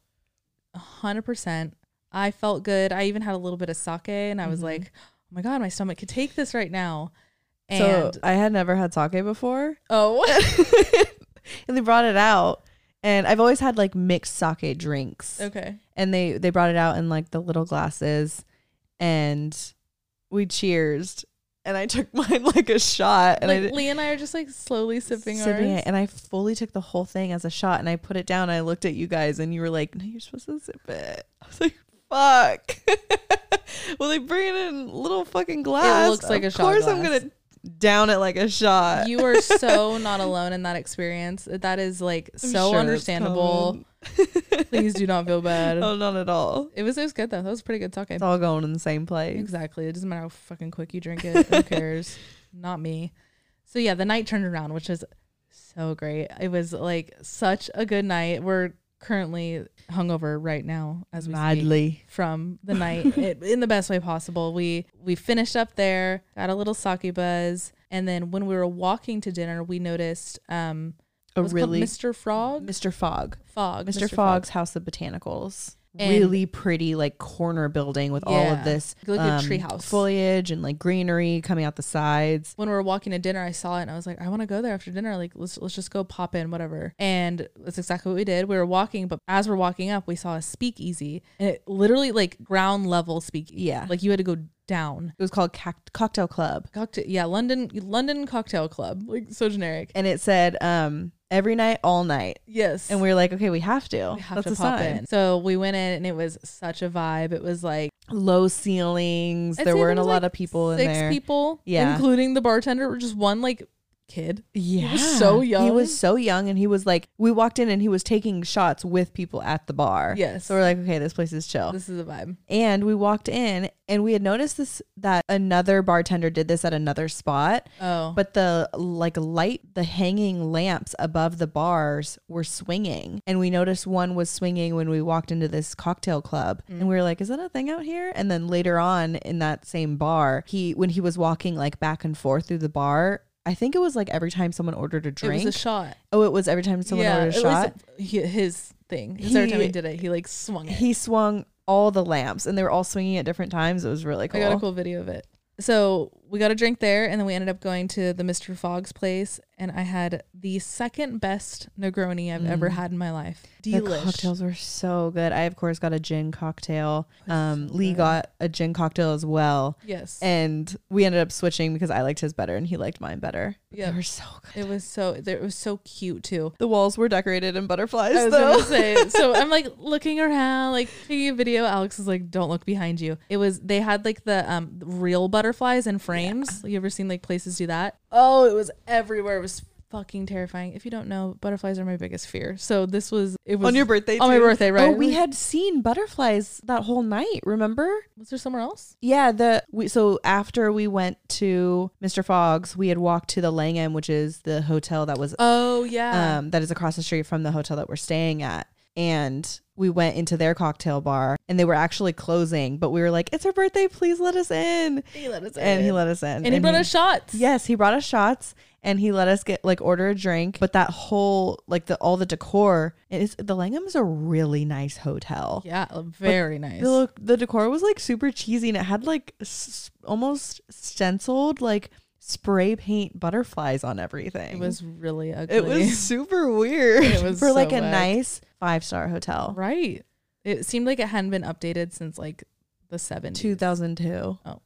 [SPEAKER 2] 100%. I felt good. I even had a little bit of sake and I was
[SPEAKER 1] Mhm.
[SPEAKER 2] like, oh my God, my stomach could take this right now.
[SPEAKER 1] So
[SPEAKER 2] And
[SPEAKER 1] I had never had sake before,
[SPEAKER 2] oh,
[SPEAKER 1] and they brought it out. And I've always had like mixed sake drinks.
[SPEAKER 2] okay.
[SPEAKER 1] and they they brought it out in like the little glasses and we cheersed and i took mine like a shot and i
[SPEAKER 2] like
[SPEAKER 1] did-
[SPEAKER 2] Lee and I are just like slowly sipping,
[SPEAKER 1] sipping
[SPEAKER 2] ours.
[SPEAKER 1] it and i fully took the whole thing as a shot and i put it down and i looked at you guys and you were like no you're supposed to sip it i was like fuck well they bring it in a little fucking glass
[SPEAKER 2] looks like a
[SPEAKER 1] of
[SPEAKER 2] shot
[SPEAKER 1] course i'm
[SPEAKER 2] glass.
[SPEAKER 1] gonna down it like a shot
[SPEAKER 2] You are so not alone in that experience. That is like
[SPEAKER 1] I'm
[SPEAKER 2] so
[SPEAKER 1] sure it's
[SPEAKER 2] understandable.
[SPEAKER 1] common.
[SPEAKER 2] Please do not feel bad.
[SPEAKER 1] oh not at all
[SPEAKER 2] It was it was good though. That was pretty good sake.
[SPEAKER 1] it's all going in the same place
[SPEAKER 2] Exactly. It doesn't matter how fucking quick you drink it. Who cares? Not me. So yeah, the night turned around, which is so great. It was like such a good night. We're currently hungover right now as we speak
[SPEAKER 1] madly
[SPEAKER 2] from the night it, in the best way possible. We we finished up there, got a little sake buzz, and then when we were walking to dinner, we noticed um
[SPEAKER 1] a
[SPEAKER 2] what's it called?
[SPEAKER 1] really
[SPEAKER 2] Mr. Frog
[SPEAKER 1] mr fogg
[SPEAKER 2] Fog
[SPEAKER 1] Mr. Fogg's House of Botanicals.
[SPEAKER 2] And-
[SPEAKER 1] really pretty like corner building with all
[SPEAKER 2] Yeah.
[SPEAKER 1] of this um,
[SPEAKER 2] It looked like a treehouse.
[SPEAKER 1] foliage and like greenery coming out the sides.
[SPEAKER 2] when we were walking to dinner, I saw it and I was like, I want to go there after dinner. Like, let's let's just go pop in, whatever. And that's exactly what we did. We were walking, but as we're walking up, we saw a speakeasy, and it literally like ground level speakeasy.
[SPEAKER 1] Yeah.
[SPEAKER 2] like you had to go down.
[SPEAKER 1] It was called Cact- Cocktail Club.
[SPEAKER 2] Cocktail, yeah, London London Cocktail Club, like so generic.
[SPEAKER 1] And it said um every night all night.
[SPEAKER 2] Yes,
[SPEAKER 1] And we were like, okay, we have to.
[SPEAKER 2] we have
[SPEAKER 1] That's
[SPEAKER 2] to
[SPEAKER 1] a
[SPEAKER 2] pop
[SPEAKER 1] sign.
[SPEAKER 2] in. So we went in, and it was such a vibe. It was like
[SPEAKER 1] Low ceilings.
[SPEAKER 2] I'd
[SPEAKER 1] there
[SPEAKER 2] say
[SPEAKER 1] weren't a
[SPEAKER 2] was,
[SPEAKER 1] lot
[SPEAKER 2] like,
[SPEAKER 1] of people in
[SPEAKER 2] six
[SPEAKER 1] there.
[SPEAKER 2] people,
[SPEAKER 1] Yeah.
[SPEAKER 2] including the bartender, or just one like kid.
[SPEAKER 1] Yeah.
[SPEAKER 2] so
[SPEAKER 1] He
[SPEAKER 2] young.
[SPEAKER 1] was so young and he was like we walked in and he was taking shots with people at the bar.
[SPEAKER 2] Yes.
[SPEAKER 1] So we're like, okay, this place is chill.
[SPEAKER 2] This is a vibe.
[SPEAKER 1] and we walked in and we had noticed this that another bartender did this at another spot
[SPEAKER 2] Oh,
[SPEAKER 1] but the like light the hanging lamps above the bars were swinging and we noticed one was swinging when we walked into this cocktail club and we were like is that a thing out here and then later on in that same bar he when he was walking like back and forth through the bar I think it was like every time someone ordered a
[SPEAKER 2] it
[SPEAKER 1] drink.
[SPEAKER 2] was a shot.
[SPEAKER 1] oh, it was every time someone ordered a
[SPEAKER 2] it
[SPEAKER 1] shot.
[SPEAKER 2] was hi- his thing. 'Cause every time he
[SPEAKER 1] He-
[SPEAKER 2] did it, he like swung it.
[SPEAKER 1] he swung all the lamps and they were all swinging at different times. It was really cool.
[SPEAKER 2] I got a cool video of it. So we got a drink there, and then we ended up going to the Mr. Fogg's place, and I had the second best Negroni I've ever had in my life.
[SPEAKER 1] Mm. The
[SPEAKER 2] Delish.
[SPEAKER 1] cocktails were so good. I of course got a gin cocktail.
[SPEAKER 2] It was
[SPEAKER 1] Um,
[SPEAKER 2] so
[SPEAKER 1] Lee
[SPEAKER 2] good.
[SPEAKER 1] got a gin cocktail as well,
[SPEAKER 2] Yes.
[SPEAKER 1] and we ended up switching because I liked his better and he liked mine better.
[SPEAKER 2] Yep.
[SPEAKER 1] they were so good.
[SPEAKER 2] it was so there- it was so cute too.
[SPEAKER 1] The walls were decorated in butterflies
[SPEAKER 2] I was
[SPEAKER 1] though.
[SPEAKER 2] gonna say. So I'm like looking around, like taking a video. Alex is like, "Don't look behind you." It was they had like the um real butterflies in frames. You ever seen like places do that? Oh, it was everywhere. It was fucking terrifying. If you don't know, butterflies are my biggest fear. So this was it was
[SPEAKER 1] on your birthday,
[SPEAKER 2] on my
[SPEAKER 1] too.
[SPEAKER 2] birthday, right?
[SPEAKER 1] Oh, we had seen butterflies that whole night. Remember?
[SPEAKER 2] was there somewhere else?
[SPEAKER 1] Yeah. The we so after we went to Mr. Fogg's, we had walked to the Langham, which is the hotel that was
[SPEAKER 2] Oh yeah,
[SPEAKER 1] um, that is across the street from the hotel that we're staying at. And we went into their cocktail bar and they were actually closing, but we were like, it's her birthday. Please let us in.
[SPEAKER 2] Uh, he let us
[SPEAKER 1] And he let us in.
[SPEAKER 2] and, he brought us shots.
[SPEAKER 1] Yes, he brought us shots and he let us get like order a drink. But that whole, like the all the decor, and it's the Langham's a really nice hotel.
[SPEAKER 2] yeah, very nice.
[SPEAKER 1] The, the decor was like super cheesy and it had like s- almost stenciled like spray paint butterflies on everything.
[SPEAKER 2] it was really ugly.
[SPEAKER 1] It was super weird.
[SPEAKER 2] It was
[SPEAKER 1] for like
[SPEAKER 2] so
[SPEAKER 1] a
[SPEAKER 2] whack.
[SPEAKER 1] nice five star hotel.
[SPEAKER 2] right. It seemed like it hadn't been updated since like the 70s.
[SPEAKER 1] Two thousand two.
[SPEAKER 2] Oh.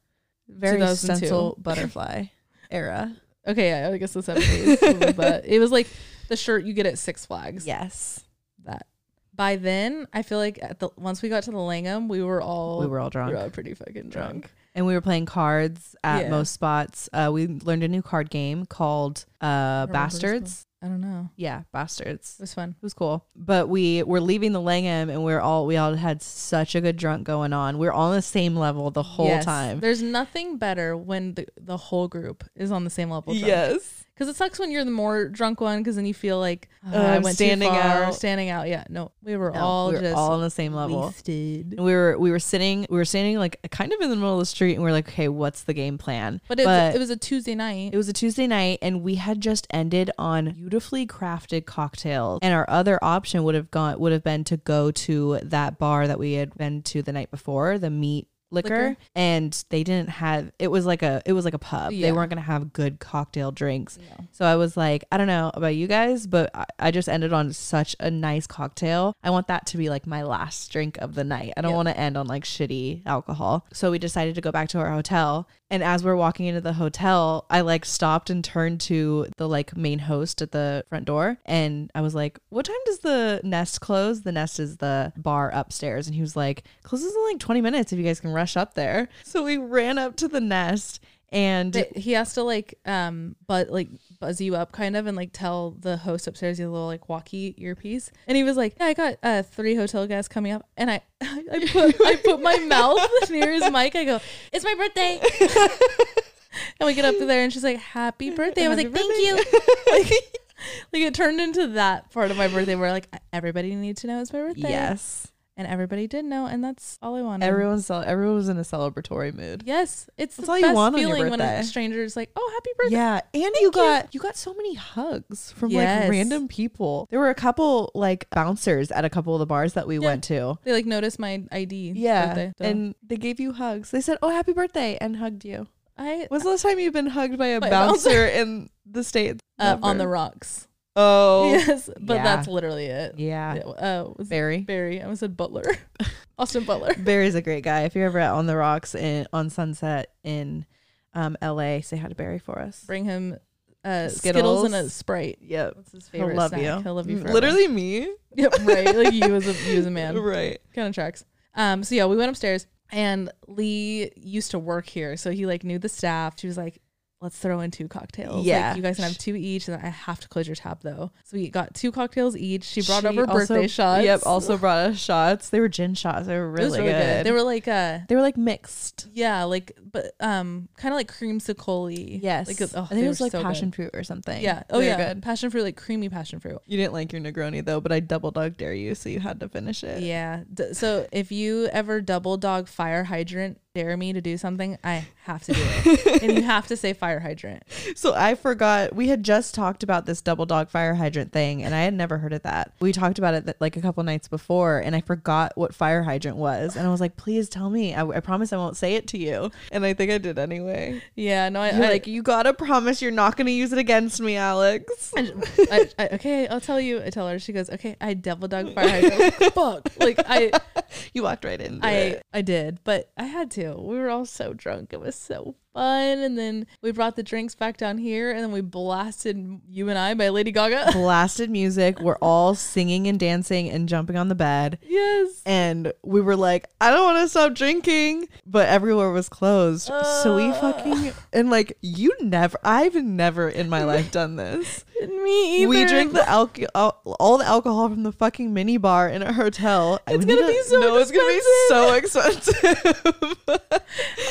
[SPEAKER 1] Very
[SPEAKER 2] 2002.
[SPEAKER 1] stencil butterfly era.
[SPEAKER 2] Okay, yeah, I guess the seventies. but it was like the shirt you get at Six Flags.
[SPEAKER 1] Yes.
[SPEAKER 2] That by then, I feel like at the once we got to the Langham, we were all
[SPEAKER 1] We were all
[SPEAKER 2] we
[SPEAKER 1] drunk.
[SPEAKER 2] were all pretty fucking drunk.
[SPEAKER 1] And we were playing cards at
[SPEAKER 2] Yeah.
[SPEAKER 1] most spots. Uh, we learned a new card game called uh,
[SPEAKER 2] remember this
[SPEAKER 1] Bastards.
[SPEAKER 2] I don't know.
[SPEAKER 1] Yeah, Bastards.
[SPEAKER 2] It was fun.
[SPEAKER 1] It was cool. But we were leaving the Langham and we were all we all had such a good drunk going on. We were all on the same level the whole
[SPEAKER 2] Yes.
[SPEAKER 1] time.
[SPEAKER 2] There's nothing better when the, the whole group is on the same level. Yeah.
[SPEAKER 1] Yes.
[SPEAKER 2] Because it sucks when you're the more drunk one because then you feel like "Oh,
[SPEAKER 1] Uh,
[SPEAKER 2] I
[SPEAKER 1] I'm
[SPEAKER 2] went
[SPEAKER 1] standing
[SPEAKER 2] too far,
[SPEAKER 1] out."
[SPEAKER 2] Standing out. Yeah. No, we were
[SPEAKER 1] No,
[SPEAKER 2] all
[SPEAKER 1] we were
[SPEAKER 2] just
[SPEAKER 1] all on the same level.
[SPEAKER 2] wasted.
[SPEAKER 1] And we were we were sitting we were standing like kind of in the middle of the street and we are like okay what's the game plan
[SPEAKER 2] But, it's,
[SPEAKER 1] But
[SPEAKER 2] it was a Tuesday night.
[SPEAKER 1] it was a tuesday night and we had just ended on beautifully crafted cocktails and our other option would have gone would have been to go to that bar that we had been to the night before the meat liquor,
[SPEAKER 2] Liquor.
[SPEAKER 1] and they didn't have it was like a it was like a pub
[SPEAKER 2] Yeah.
[SPEAKER 1] they weren't going to have good cocktail drinks
[SPEAKER 2] No.
[SPEAKER 1] so I was like, I don't know about you guys, but I, I just ended on such a nice cocktail. I want that to be like my last drink of the night. I don't
[SPEAKER 2] Yeah.
[SPEAKER 1] want to end on like shitty alcohol. So we decided to go back to our hotel. And as we're walking into the hotel, I like stopped and turned to the like main host at the front door. And I was like, What time does the nest close? The nest is the bar upstairs. And he was like, Closes in like 20 minutes if you guys can rush up there. So we ran up to the nest. And
[SPEAKER 2] But he has to like um but like buzz you up kind of and like tell the host upstairs he has a little like walkie earpiece and he was like yeah i got uh three hotel guests coming up and i i put i put my mouth near his mic i go it's my birthday and we get up to there and she's like happy birthday i was
[SPEAKER 1] Happy
[SPEAKER 2] like thank you like, like it turned into that part of my birthday where like everybody needed to know it's my birthday
[SPEAKER 1] yes.
[SPEAKER 2] and everybody did know, and that's all I wanted.
[SPEAKER 1] Everyone saw. Everyone was in a celebratory mood.
[SPEAKER 2] yes, it's
[SPEAKER 1] That's
[SPEAKER 2] the
[SPEAKER 1] all you
[SPEAKER 2] best
[SPEAKER 1] want on your
[SPEAKER 2] feeling when a
[SPEAKER 1] birthday.
[SPEAKER 2] stranger is like, "Oh, happy birthday!"
[SPEAKER 1] Yeah, and you got you got so many hugs from
[SPEAKER 2] Yes.
[SPEAKER 1] like random people. There were a couple like bouncers at a couple of the bars that we went to.
[SPEAKER 2] They like notice my ID.
[SPEAKER 1] Yeah,
[SPEAKER 2] birthday, so.
[SPEAKER 1] and they gave you hugs. They said, "Oh, happy birthday," and hugged you.
[SPEAKER 2] I uh,
[SPEAKER 1] When's the last time you've been hugged by a
[SPEAKER 2] By a
[SPEAKER 1] bouncer
[SPEAKER 2] bouncer?
[SPEAKER 1] in the states?
[SPEAKER 2] uh, on the
[SPEAKER 1] Never.
[SPEAKER 2] rocks.
[SPEAKER 1] oh
[SPEAKER 2] yes, but
[SPEAKER 1] yeah.
[SPEAKER 2] that's literally it.
[SPEAKER 1] yeah,
[SPEAKER 2] Uh, was it
[SPEAKER 1] Barry.
[SPEAKER 2] Barry. I almost said Butler. Austin Butler.
[SPEAKER 1] Barry's a great guy. If you're ever at on the rocks in on Sunset in um, L.A., say hi to Barry for us.
[SPEAKER 2] Bring him uh, Skittles.
[SPEAKER 1] Skittles.
[SPEAKER 2] and a Sprite.
[SPEAKER 1] Yep,
[SPEAKER 2] That's his
[SPEAKER 1] he'll
[SPEAKER 2] favorite
[SPEAKER 1] love
[SPEAKER 2] snack.
[SPEAKER 1] you. Mm.
[SPEAKER 2] He'll love you forever.
[SPEAKER 1] Literally me.
[SPEAKER 2] Yep, right. Like you as a you as a man.
[SPEAKER 1] Right.
[SPEAKER 2] Kind of tracks. Um, so yeah, we went upstairs and Lee used to work here, so he like knew the staff. She was like, Let's throw in two cocktails. Like,
[SPEAKER 1] Yeah.
[SPEAKER 2] you guys can have two each, and I have to close your tab though. So we got two cocktails each. She brought over
[SPEAKER 1] also-
[SPEAKER 2] birthday shots.
[SPEAKER 1] Yep, also brought us shots. They were gin shots. They were
[SPEAKER 2] It
[SPEAKER 1] really,
[SPEAKER 2] was really good.
[SPEAKER 1] good.
[SPEAKER 2] They were like uh
[SPEAKER 1] they were like mixed.
[SPEAKER 2] yeah, like but um kind of like creamsicle
[SPEAKER 1] Yes,
[SPEAKER 2] Like, oh,
[SPEAKER 1] I
[SPEAKER 2] they
[SPEAKER 1] think it was
[SPEAKER 2] were
[SPEAKER 1] like
[SPEAKER 2] so good.
[SPEAKER 1] passion fruit or something.
[SPEAKER 2] Yeah. Oh
[SPEAKER 1] They were
[SPEAKER 2] yeah.
[SPEAKER 1] good.
[SPEAKER 2] Passion fruit, like creamy passion fruit.
[SPEAKER 1] You didn't like your Negroni though, but I double dog dare you, so you had to finish it.
[SPEAKER 2] Yeah. D- so if you ever double dog fire hydrant dare me to do something, I have to do it. and you have to say fire hydrant.
[SPEAKER 1] So I forgot we had just talked about this double dog fire hydrant thing, and I had never heard of that. We talked about it th- like a couple nights before, and I forgot what fire hydrant was, and I was like, "Please tell me. I, I promise I won't say it to you." And I think I did anyway.
[SPEAKER 2] Yeah. No, I,
[SPEAKER 1] You're
[SPEAKER 2] I
[SPEAKER 1] like, "You gotta promise you're not gonna use it against me, Alex."
[SPEAKER 2] I, I, I- okay, I'll tell you. I tell her. She goes, "Okay, I double dog fire hydrant." Fuck, like I,
[SPEAKER 1] You walked right into
[SPEAKER 2] I,
[SPEAKER 1] it.
[SPEAKER 2] I did, but I had to. We were all so drunk. It was so fun, and then we brought the drinks back down here, and then we blasted "You and I" by Lady Gaga.
[SPEAKER 1] blasted music. We're all singing and dancing and jumping on the bed.
[SPEAKER 2] yes,
[SPEAKER 1] And we were like, I don't want to stop drinking, but everywhere was closed. so we fucking, and like, you never, I've never in my life done this.
[SPEAKER 2] me either.
[SPEAKER 1] We drink the alcohol, all the alcohol from the fucking mini bar in a hotel. It's
[SPEAKER 2] gonna be so
[SPEAKER 1] no, it's gonna be so expensive.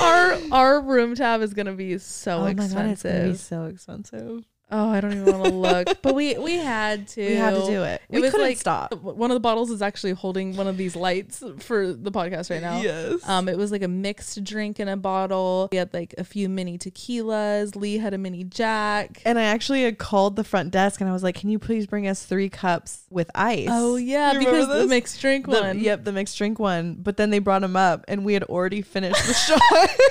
[SPEAKER 2] our our room tab is gonna be so
[SPEAKER 1] oh my god, it's gonna be
[SPEAKER 2] expensive.
[SPEAKER 1] so expensive.
[SPEAKER 2] oh, I don't even want to look, but we we had to.
[SPEAKER 1] We had to do it. we
[SPEAKER 2] was
[SPEAKER 1] couldn't
[SPEAKER 2] like-
[SPEAKER 1] stop.
[SPEAKER 2] One of the bottles is actually holding one of these lights for the podcast right now.
[SPEAKER 1] Yes.
[SPEAKER 2] Um, it was like a mixed drink in a bottle. We had like a few mini tequilas. Lee had a mini Jack.
[SPEAKER 1] And I actually had called the front desk and I was like, "Can you please bring us three cups with ice?"
[SPEAKER 2] Oh yeah,
[SPEAKER 1] You remember
[SPEAKER 2] because the
[SPEAKER 1] this?
[SPEAKER 2] mixed drink
[SPEAKER 1] The-
[SPEAKER 2] one.
[SPEAKER 1] Yep, the mixed drink one. But then they brought them up and we had already finished the shots.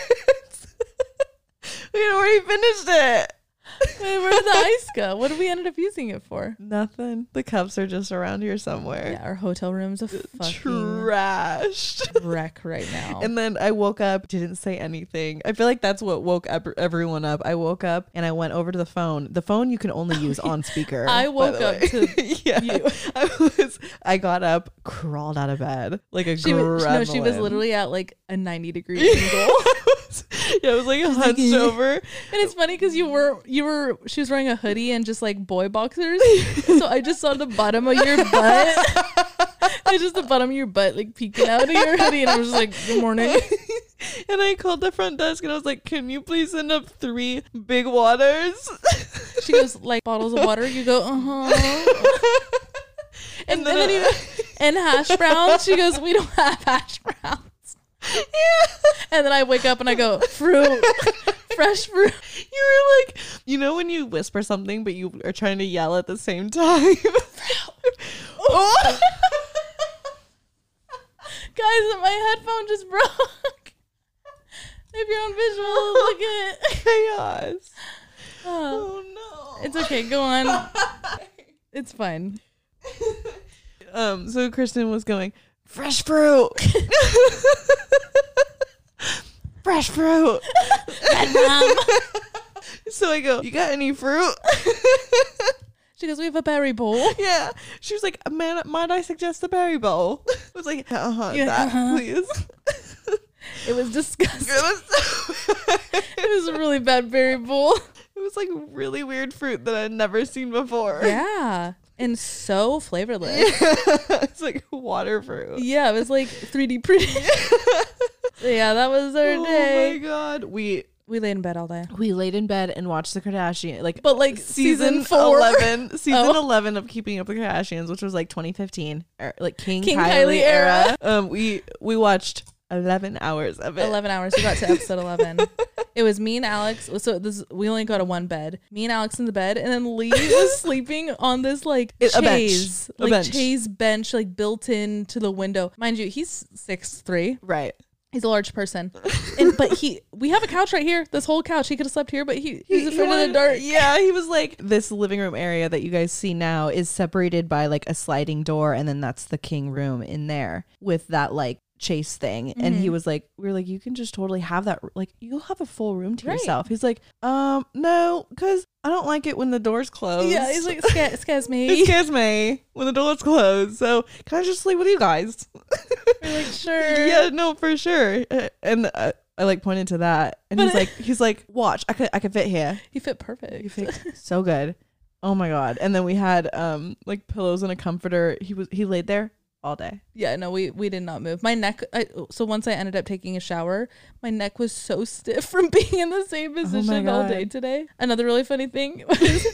[SPEAKER 1] we had already finished it.
[SPEAKER 2] Wait, where did the ice go? What did we ended up using it for?
[SPEAKER 1] Nothing. The cups are just around here somewhere.
[SPEAKER 2] Yeah, our hotel
[SPEAKER 1] Uh,
[SPEAKER 2] room's a fucking
[SPEAKER 1] Trashed.
[SPEAKER 2] wreck right now.
[SPEAKER 1] And then I woke up, didn't say anything. I feel like that's what woke up everyone up. I woke up and I went over to the phone. The phone you can only use on speaker.
[SPEAKER 2] I
[SPEAKER 1] by
[SPEAKER 2] woke
[SPEAKER 1] the
[SPEAKER 2] up
[SPEAKER 1] way.
[SPEAKER 2] to
[SPEAKER 1] yeah.
[SPEAKER 2] you.
[SPEAKER 1] I was. I got up, crawled out of bed like a
[SPEAKER 2] She was, no, she was
[SPEAKER 1] gremlin.
[SPEAKER 2] literally at like a 90 degree
[SPEAKER 1] yeah,
[SPEAKER 2] angle.
[SPEAKER 1] I was like hunched over.
[SPEAKER 2] And it's funny because you were you were she was wearing a hoodie and just like boy boxers, so I just saw the bottom of your butt. it's just the bottom of your butt like peeking out of your hoodie, and I was just like, "Good morning."
[SPEAKER 1] And I called the front desk and I was like, "Can you please send up three big waters?"
[SPEAKER 2] She goes like bottles of water. You go, uh huh. And, and
[SPEAKER 1] then
[SPEAKER 2] then
[SPEAKER 1] I-
[SPEAKER 2] you- and hash browns. She goes, "We don't have hash browns."
[SPEAKER 1] yeah.
[SPEAKER 2] And then I wake up and I go, "Fruit, fresh fruit."
[SPEAKER 1] You were like, you know, when you whisper something, but you are trying to yell at the same time. Oh.
[SPEAKER 2] Guys, my headphone just broke. if you're on visual, look at it.
[SPEAKER 1] Chaos.
[SPEAKER 2] Oh.
[SPEAKER 1] Oh no.
[SPEAKER 2] It's okay. Go on. It's fine.
[SPEAKER 1] Um, so Kristen was going, fresh fruit. fresh fruit.
[SPEAKER 2] Um,
[SPEAKER 1] so I go, Um, you got any fruit?
[SPEAKER 2] She goes, We have a berry bowl.
[SPEAKER 1] yeah. She was like, man, might I suggest the berry bowl? I was like, uh-huh,
[SPEAKER 2] Yeah,
[SPEAKER 1] that,
[SPEAKER 2] uh-huh.
[SPEAKER 1] please.
[SPEAKER 2] It was disgusting.
[SPEAKER 1] it, was,
[SPEAKER 2] It was a really bad berry bowl.
[SPEAKER 1] it was like really weird fruit that I'd never seen before.
[SPEAKER 2] Yeah. And so flavorless.
[SPEAKER 1] it's like water fruit.
[SPEAKER 2] Yeah, it was like 3D printed. yeah, that was our
[SPEAKER 1] Oh my
[SPEAKER 2] day.
[SPEAKER 1] god. We
[SPEAKER 2] We laid in bed all day.
[SPEAKER 1] We laid in bed and watched the Kardashian, like
[SPEAKER 2] But like season, four,
[SPEAKER 1] 11, season
[SPEAKER 2] Oh.
[SPEAKER 1] 11 of Keeping Up with the Kardashians, which was like 2015, or like King,
[SPEAKER 2] King
[SPEAKER 1] Kylie,
[SPEAKER 2] Kylie
[SPEAKER 1] era. Um, we we watched 11 hours of it.
[SPEAKER 2] 11 hours. We got to episode 11. It was me and Alex. So this we only go to one bed. Me and Alex in the bed, and then Lee was sleeping on this like
[SPEAKER 1] It- a bench.
[SPEAKER 2] chaise,
[SPEAKER 1] A
[SPEAKER 2] like
[SPEAKER 1] bench.
[SPEAKER 2] chaise bench, like built into the window. Mind you, he's six three.
[SPEAKER 1] Right.
[SPEAKER 2] He's a large person, and but he we have a couch right here. This whole couch, he could have slept here, but he he's afraid of the
[SPEAKER 1] wanted-
[SPEAKER 2] dark.
[SPEAKER 1] Yeah, he was like, this living room area that you guys see now is separated by like a sliding door, and then that's the king room in there with that like chase thing. And
[SPEAKER 2] Mm-hmm.
[SPEAKER 1] he was like, we were like, you can just totally have that. Like, you'll have a full room to
[SPEAKER 2] Right.
[SPEAKER 1] yourself. He's like, um, no, because I don't like it when the door's closed.
[SPEAKER 2] Yeah, he's like sca- scares me.
[SPEAKER 1] Excuse me, when the door's closed. So can I just sleep with you guys?
[SPEAKER 2] We're like sure.
[SPEAKER 1] yeah, no, for sure. Uh, And uh, I like pointed to that, and
[SPEAKER 2] But
[SPEAKER 1] he's
[SPEAKER 2] it-
[SPEAKER 1] like, he's like, watch, I could, I could fit here.
[SPEAKER 2] He fit perfect.
[SPEAKER 1] You picked so good. Oh my god. And then we had um like pillows and a comforter. He was he laid there all day.
[SPEAKER 2] Yeah, no, we we did not move. My neck. I, so once I ended up taking a shower, my neck was so stiff from being in the same position all
[SPEAKER 1] God.
[SPEAKER 2] day today. Another really funny thing was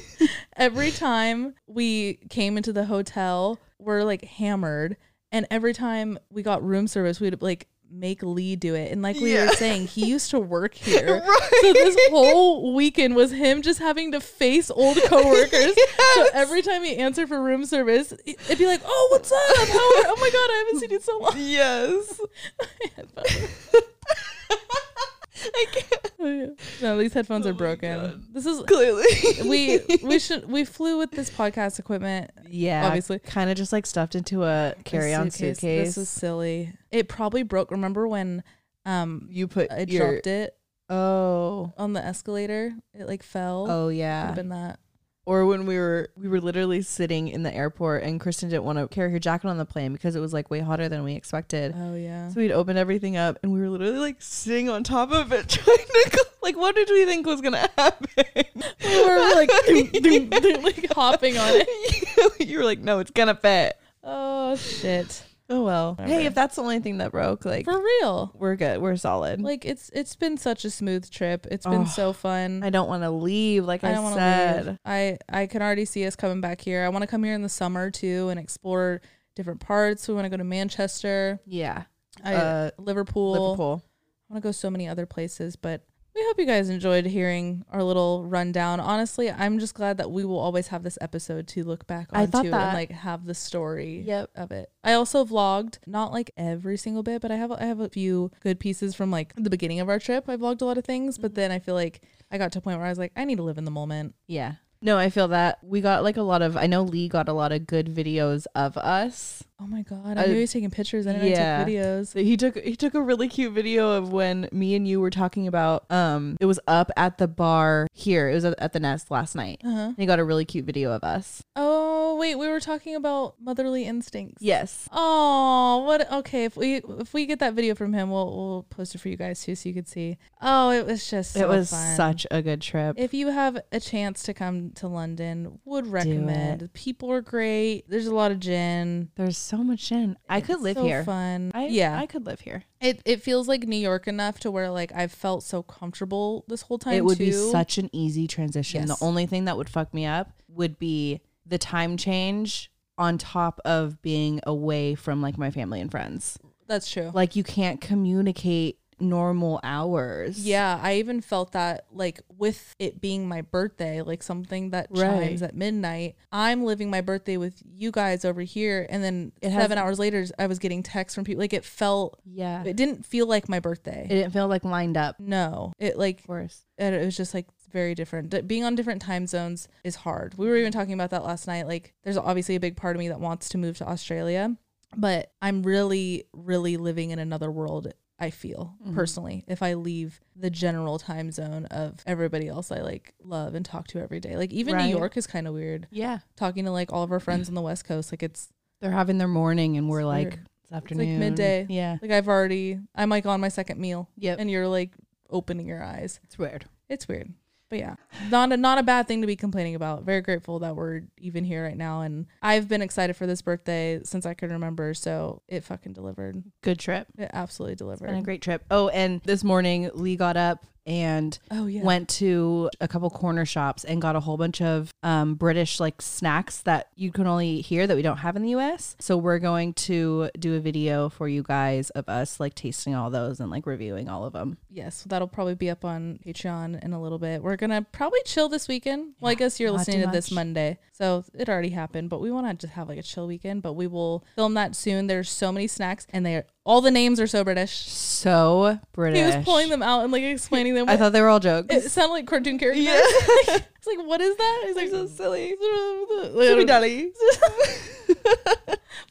[SPEAKER 2] every time we came into the hotel, we're like hammered, and every time we got room service, we'd like make Lee do it, and like we
[SPEAKER 1] Yeah.
[SPEAKER 2] were saying, he used to work here.
[SPEAKER 1] Right.
[SPEAKER 2] So this whole weekend was him just having to face old coworkers. So every time he answered for room service, it- it'd be like, "Oh, what's up? How are- oh my god, I haven't seen you in so long."
[SPEAKER 1] Yes. I can't.
[SPEAKER 2] no, these headphones
[SPEAKER 1] Oh
[SPEAKER 2] are
[SPEAKER 1] my
[SPEAKER 2] broken.
[SPEAKER 1] God.
[SPEAKER 2] This is
[SPEAKER 1] Clearly.
[SPEAKER 2] we we should we flew with this podcast equipment.
[SPEAKER 1] yeah.
[SPEAKER 2] Obviously.
[SPEAKER 1] Kind of just like stuffed into a carry on suitcase.
[SPEAKER 2] This is silly. It probably broke. Remember when um
[SPEAKER 1] you put
[SPEAKER 2] I
[SPEAKER 1] your
[SPEAKER 2] dropped it
[SPEAKER 1] Oh.
[SPEAKER 2] on the escalator? It like fell.
[SPEAKER 1] Oh
[SPEAKER 2] Could have
[SPEAKER 1] yeah.
[SPEAKER 2] been that.
[SPEAKER 1] Or when we were we were literally sitting in the airport and Kristen didn't want to carry her jacket on the plane because it was like way hotter than we expected.
[SPEAKER 2] Oh yeah.
[SPEAKER 1] So we'd opened everything up and we were literally like sitting on top of it trying to go, like what did we think was gonna happen?
[SPEAKER 2] we were like, doom, doom, doom, like hopping on it.
[SPEAKER 1] you were like, no, it's gonna fit.
[SPEAKER 2] Oh shit.
[SPEAKER 1] Oh well. Hey,
[SPEAKER 2] Whatever.
[SPEAKER 1] if that's the only thing that broke, like
[SPEAKER 2] For real.
[SPEAKER 1] we're good. We're solid.
[SPEAKER 2] Like it's it's been such a smooth trip. It's been
[SPEAKER 1] Oh,
[SPEAKER 2] so fun.
[SPEAKER 1] I don't wanna leave, like I,
[SPEAKER 2] I don't want
[SPEAKER 1] said.
[SPEAKER 2] to leave. I I can already see us coming back here. I want to come here in the summer too and explore different parts. We want to go to Manchester,
[SPEAKER 1] Yeah.
[SPEAKER 2] I,
[SPEAKER 1] Uh,
[SPEAKER 2] Liverpool.
[SPEAKER 1] Liverpool.
[SPEAKER 2] I want to go so many other places, but we hope you guys enjoyed hearing our little rundown. Honestly, I'm just glad that we will always have this episode to look back onto
[SPEAKER 1] I thought that.
[SPEAKER 2] and like have the story
[SPEAKER 1] Yep.
[SPEAKER 2] of it. I also vlogged, not like every single bit, but I have I have a few good pieces from like the beginning of our trip. I vlogged a lot of things,
[SPEAKER 1] Mm-hmm.
[SPEAKER 2] but then I feel like I got to a point where I was like, I need to live in the moment.
[SPEAKER 1] Yeah. No, I feel that we got like a lot of. I know Lee got a lot of good videos of us.
[SPEAKER 2] Oh my god! I,
[SPEAKER 1] I-
[SPEAKER 2] knew he was taking pictures and
[SPEAKER 1] Yeah.
[SPEAKER 2] I took videos.
[SPEAKER 1] So he took he took a really cute video of when me and you were talking about um it was up at the bar here. It was at, at the nest last night.
[SPEAKER 2] Uh-huh.
[SPEAKER 1] And he got a really cute video of us.
[SPEAKER 2] Oh wait, we were talking about motherly instincts.
[SPEAKER 1] Yes.
[SPEAKER 2] Oh, what? Okay, if we if we get that video from him, we'll we'll post it for you guys too, so you could see. Oh, it was just so
[SPEAKER 1] it was
[SPEAKER 2] fun.
[SPEAKER 1] such a good trip.
[SPEAKER 2] If you have a chance to come to London, would recommend. The People are great. There's a lot of gin.
[SPEAKER 1] There's so much in. I could
[SPEAKER 2] It's
[SPEAKER 1] live
[SPEAKER 2] so
[SPEAKER 1] here.
[SPEAKER 2] Fun.
[SPEAKER 1] I,
[SPEAKER 2] yeah.
[SPEAKER 1] I could live here.
[SPEAKER 2] it it feels like New York enough to where like I've felt so comfortable this whole time.
[SPEAKER 1] it would be
[SPEAKER 2] too.
[SPEAKER 1] such an easy transition.
[SPEAKER 2] Yes.
[SPEAKER 1] The only thing that would fuck me up would be the time change on top of being away from like my family and friends.
[SPEAKER 2] That's true.
[SPEAKER 1] Like you can't communicate normal hours.
[SPEAKER 2] Yeah, I even felt that like with it being my birthday, like something that
[SPEAKER 1] Right.
[SPEAKER 2] chimes at midnight. I'm living my birthday with you guys over here, and then
[SPEAKER 1] It has-
[SPEAKER 2] seven hours later, I was getting texts from people. Like it felt,
[SPEAKER 1] Yeah.
[SPEAKER 2] it didn't feel like my birthday.
[SPEAKER 1] It didn't feel like lined up.
[SPEAKER 2] no, it like
[SPEAKER 1] course.
[SPEAKER 2] it, it was just like very different. D- Being on different time zones is hard. We were even talking about that last night. Like, there's obviously a big part of me that wants to move to Australia, but I'm really, really living in another world. I feel personally if I leave the general time zone of everybody else I like love and talk to every day. Like even
[SPEAKER 1] Right.
[SPEAKER 2] New York is kind of weird
[SPEAKER 1] Yeah.
[SPEAKER 2] talking to like all of our friends on the West Coast. Like it's
[SPEAKER 1] They're having their morning and we're like,
[SPEAKER 2] weird.
[SPEAKER 1] it's afternoon.
[SPEAKER 2] midday.
[SPEAKER 1] Yeah.
[SPEAKER 2] like I've already I'm like on my second meal
[SPEAKER 1] Yep.
[SPEAKER 2] and you're like opening your eyes.
[SPEAKER 1] It's weird.
[SPEAKER 2] It's weird. But yeah, not a, not a bad thing to be complaining about. Very grateful that we're even here right now, and I've been excited for this birthday since I can remember. So it fucking delivered.
[SPEAKER 1] Good trip.
[SPEAKER 2] It absolutely
[SPEAKER 1] Been a
[SPEAKER 2] delivered.
[SPEAKER 1] great trip. Oh, and this morning Lee got up and
[SPEAKER 2] Oh yeah.
[SPEAKER 1] went to a couple corner shops and got a whole bunch of um, British like snacks that you can only eat here that we don't have in the US. So we're going to do a video for you guys of us like tasting all those and like reviewing all of them.
[SPEAKER 2] yes, that'll probably be up on Patreon in a little bit. We're gonna probably chill this weekend. Well, I guess you're
[SPEAKER 1] not
[SPEAKER 2] listening
[SPEAKER 1] too
[SPEAKER 2] to this
[SPEAKER 1] much.
[SPEAKER 2] Monday, so it already happened. But we want to just have like a chill weekend. But we will film that soon. There's so many snacks, and they are, all the names are so British.
[SPEAKER 1] So British.
[SPEAKER 2] He was pulling them out and like explaining them.
[SPEAKER 1] I thought they were all jokes.
[SPEAKER 2] it sounded like cartoon characters. it's like, what is that? It's like so silly.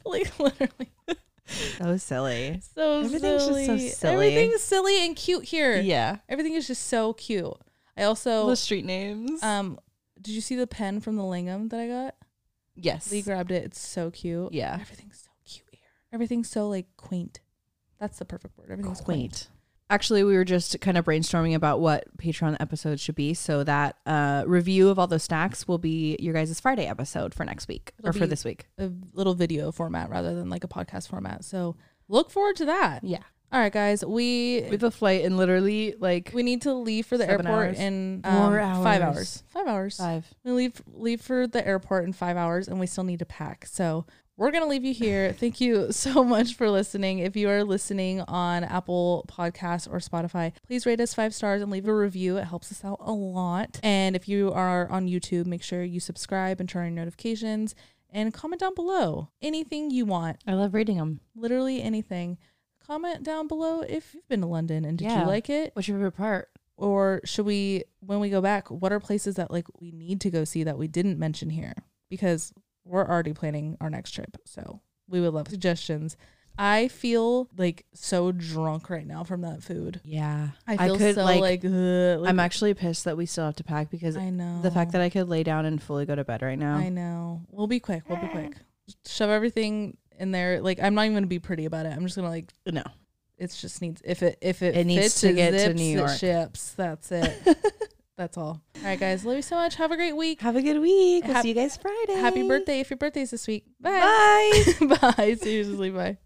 [SPEAKER 2] like literally.
[SPEAKER 1] so silly.
[SPEAKER 2] So
[SPEAKER 1] Everything's just so
[SPEAKER 2] silly.
[SPEAKER 1] silly.
[SPEAKER 2] Everything's silly and cute here.
[SPEAKER 1] Yeah.
[SPEAKER 2] Everything is just so cute. I also
[SPEAKER 1] The street names.
[SPEAKER 2] um did you see the pen from the Lingham that I got?
[SPEAKER 1] yes.
[SPEAKER 2] Lee grabbed it. It's so cute.
[SPEAKER 1] Yeah.
[SPEAKER 2] Everything's so cute here. Everything's so like quaint. That's the perfect word. Everything's quaint.
[SPEAKER 1] quaint. Actually, we were just kind of brainstorming about what Patreon episodes should be. So that uh, review of all those snacks will be your guys' Friday episode for next week or
[SPEAKER 2] It'll
[SPEAKER 1] for
[SPEAKER 2] be-
[SPEAKER 1] this week.
[SPEAKER 2] A little video format rather than like a podcast format. So look forward to that.
[SPEAKER 1] Yeah.
[SPEAKER 2] All right, guys. We
[SPEAKER 1] With a flight and literally like
[SPEAKER 2] we need to leave for the
[SPEAKER 1] Seven
[SPEAKER 2] airport
[SPEAKER 1] hours.
[SPEAKER 2] in
[SPEAKER 1] Four
[SPEAKER 2] um, five
[SPEAKER 1] hours.
[SPEAKER 2] hours. Five hours.
[SPEAKER 1] five.
[SPEAKER 2] We leave leave for the airport in five hours, and we still need to pack. So we're gonna leave you here. Thank you so much for listening. If you are listening on Apple Podcasts or Spotify, please rate us five stars and leave a review. It helps us out a lot. And if you are on YouTube, make sure you subscribe and turn on your notifications. And comment down below anything you want,
[SPEAKER 1] I love reading them.
[SPEAKER 2] literally anything. Comment down below if you've been to London and did
[SPEAKER 1] Yeah.
[SPEAKER 2] you like it?
[SPEAKER 1] What's your favorite part?
[SPEAKER 2] or should we when we go back what are places that like we need to go see that we didn't mention here because we're already planning our next trip so we would love suggestions i feel like so drunk right now from that food
[SPEAKER 1] Yeah.
[SPEAKER 2] i feel so like, ugh, like,
[SPEAKER 1] I'm actually pissed that we still have to pack because
[SPEAKER 2] i know
[SPEAKER 1] the fact that I could lay down and fully go to bed right now.
[SPEAKER 2] i know we'll be quick we'll be quick shove everything in there like i'm not even gonna be pretty about it i'm just gonna like
[SPEAKER 1] no.
[SPEAKER 2] it's just needs if it if it,
[SPEAKER 1] It
[SPEAKER 2] fits,
[SPEAKER 1] needs to
[SPEAKER 2] it
[SPEAKER 1] get to
[SPEAKER 2] zips,
[SPEAKER 1] New
[SPEAKER 2] it
[SPEAKER 1] York.
[SPEAKER 2] ships that's it that's all all right guys love you so much have a great week
[SPEAKER 1] Have a good week. We'll
[SPEAKER 2] Hap-
[SPEAKER 1] see you guys Friday.
[SPEAKER 2] Happy birthday if your birthday's this week. Bye.
[SPEAKER 1] Bye.
[SPEAKER 2] Bye. Seriously, bye.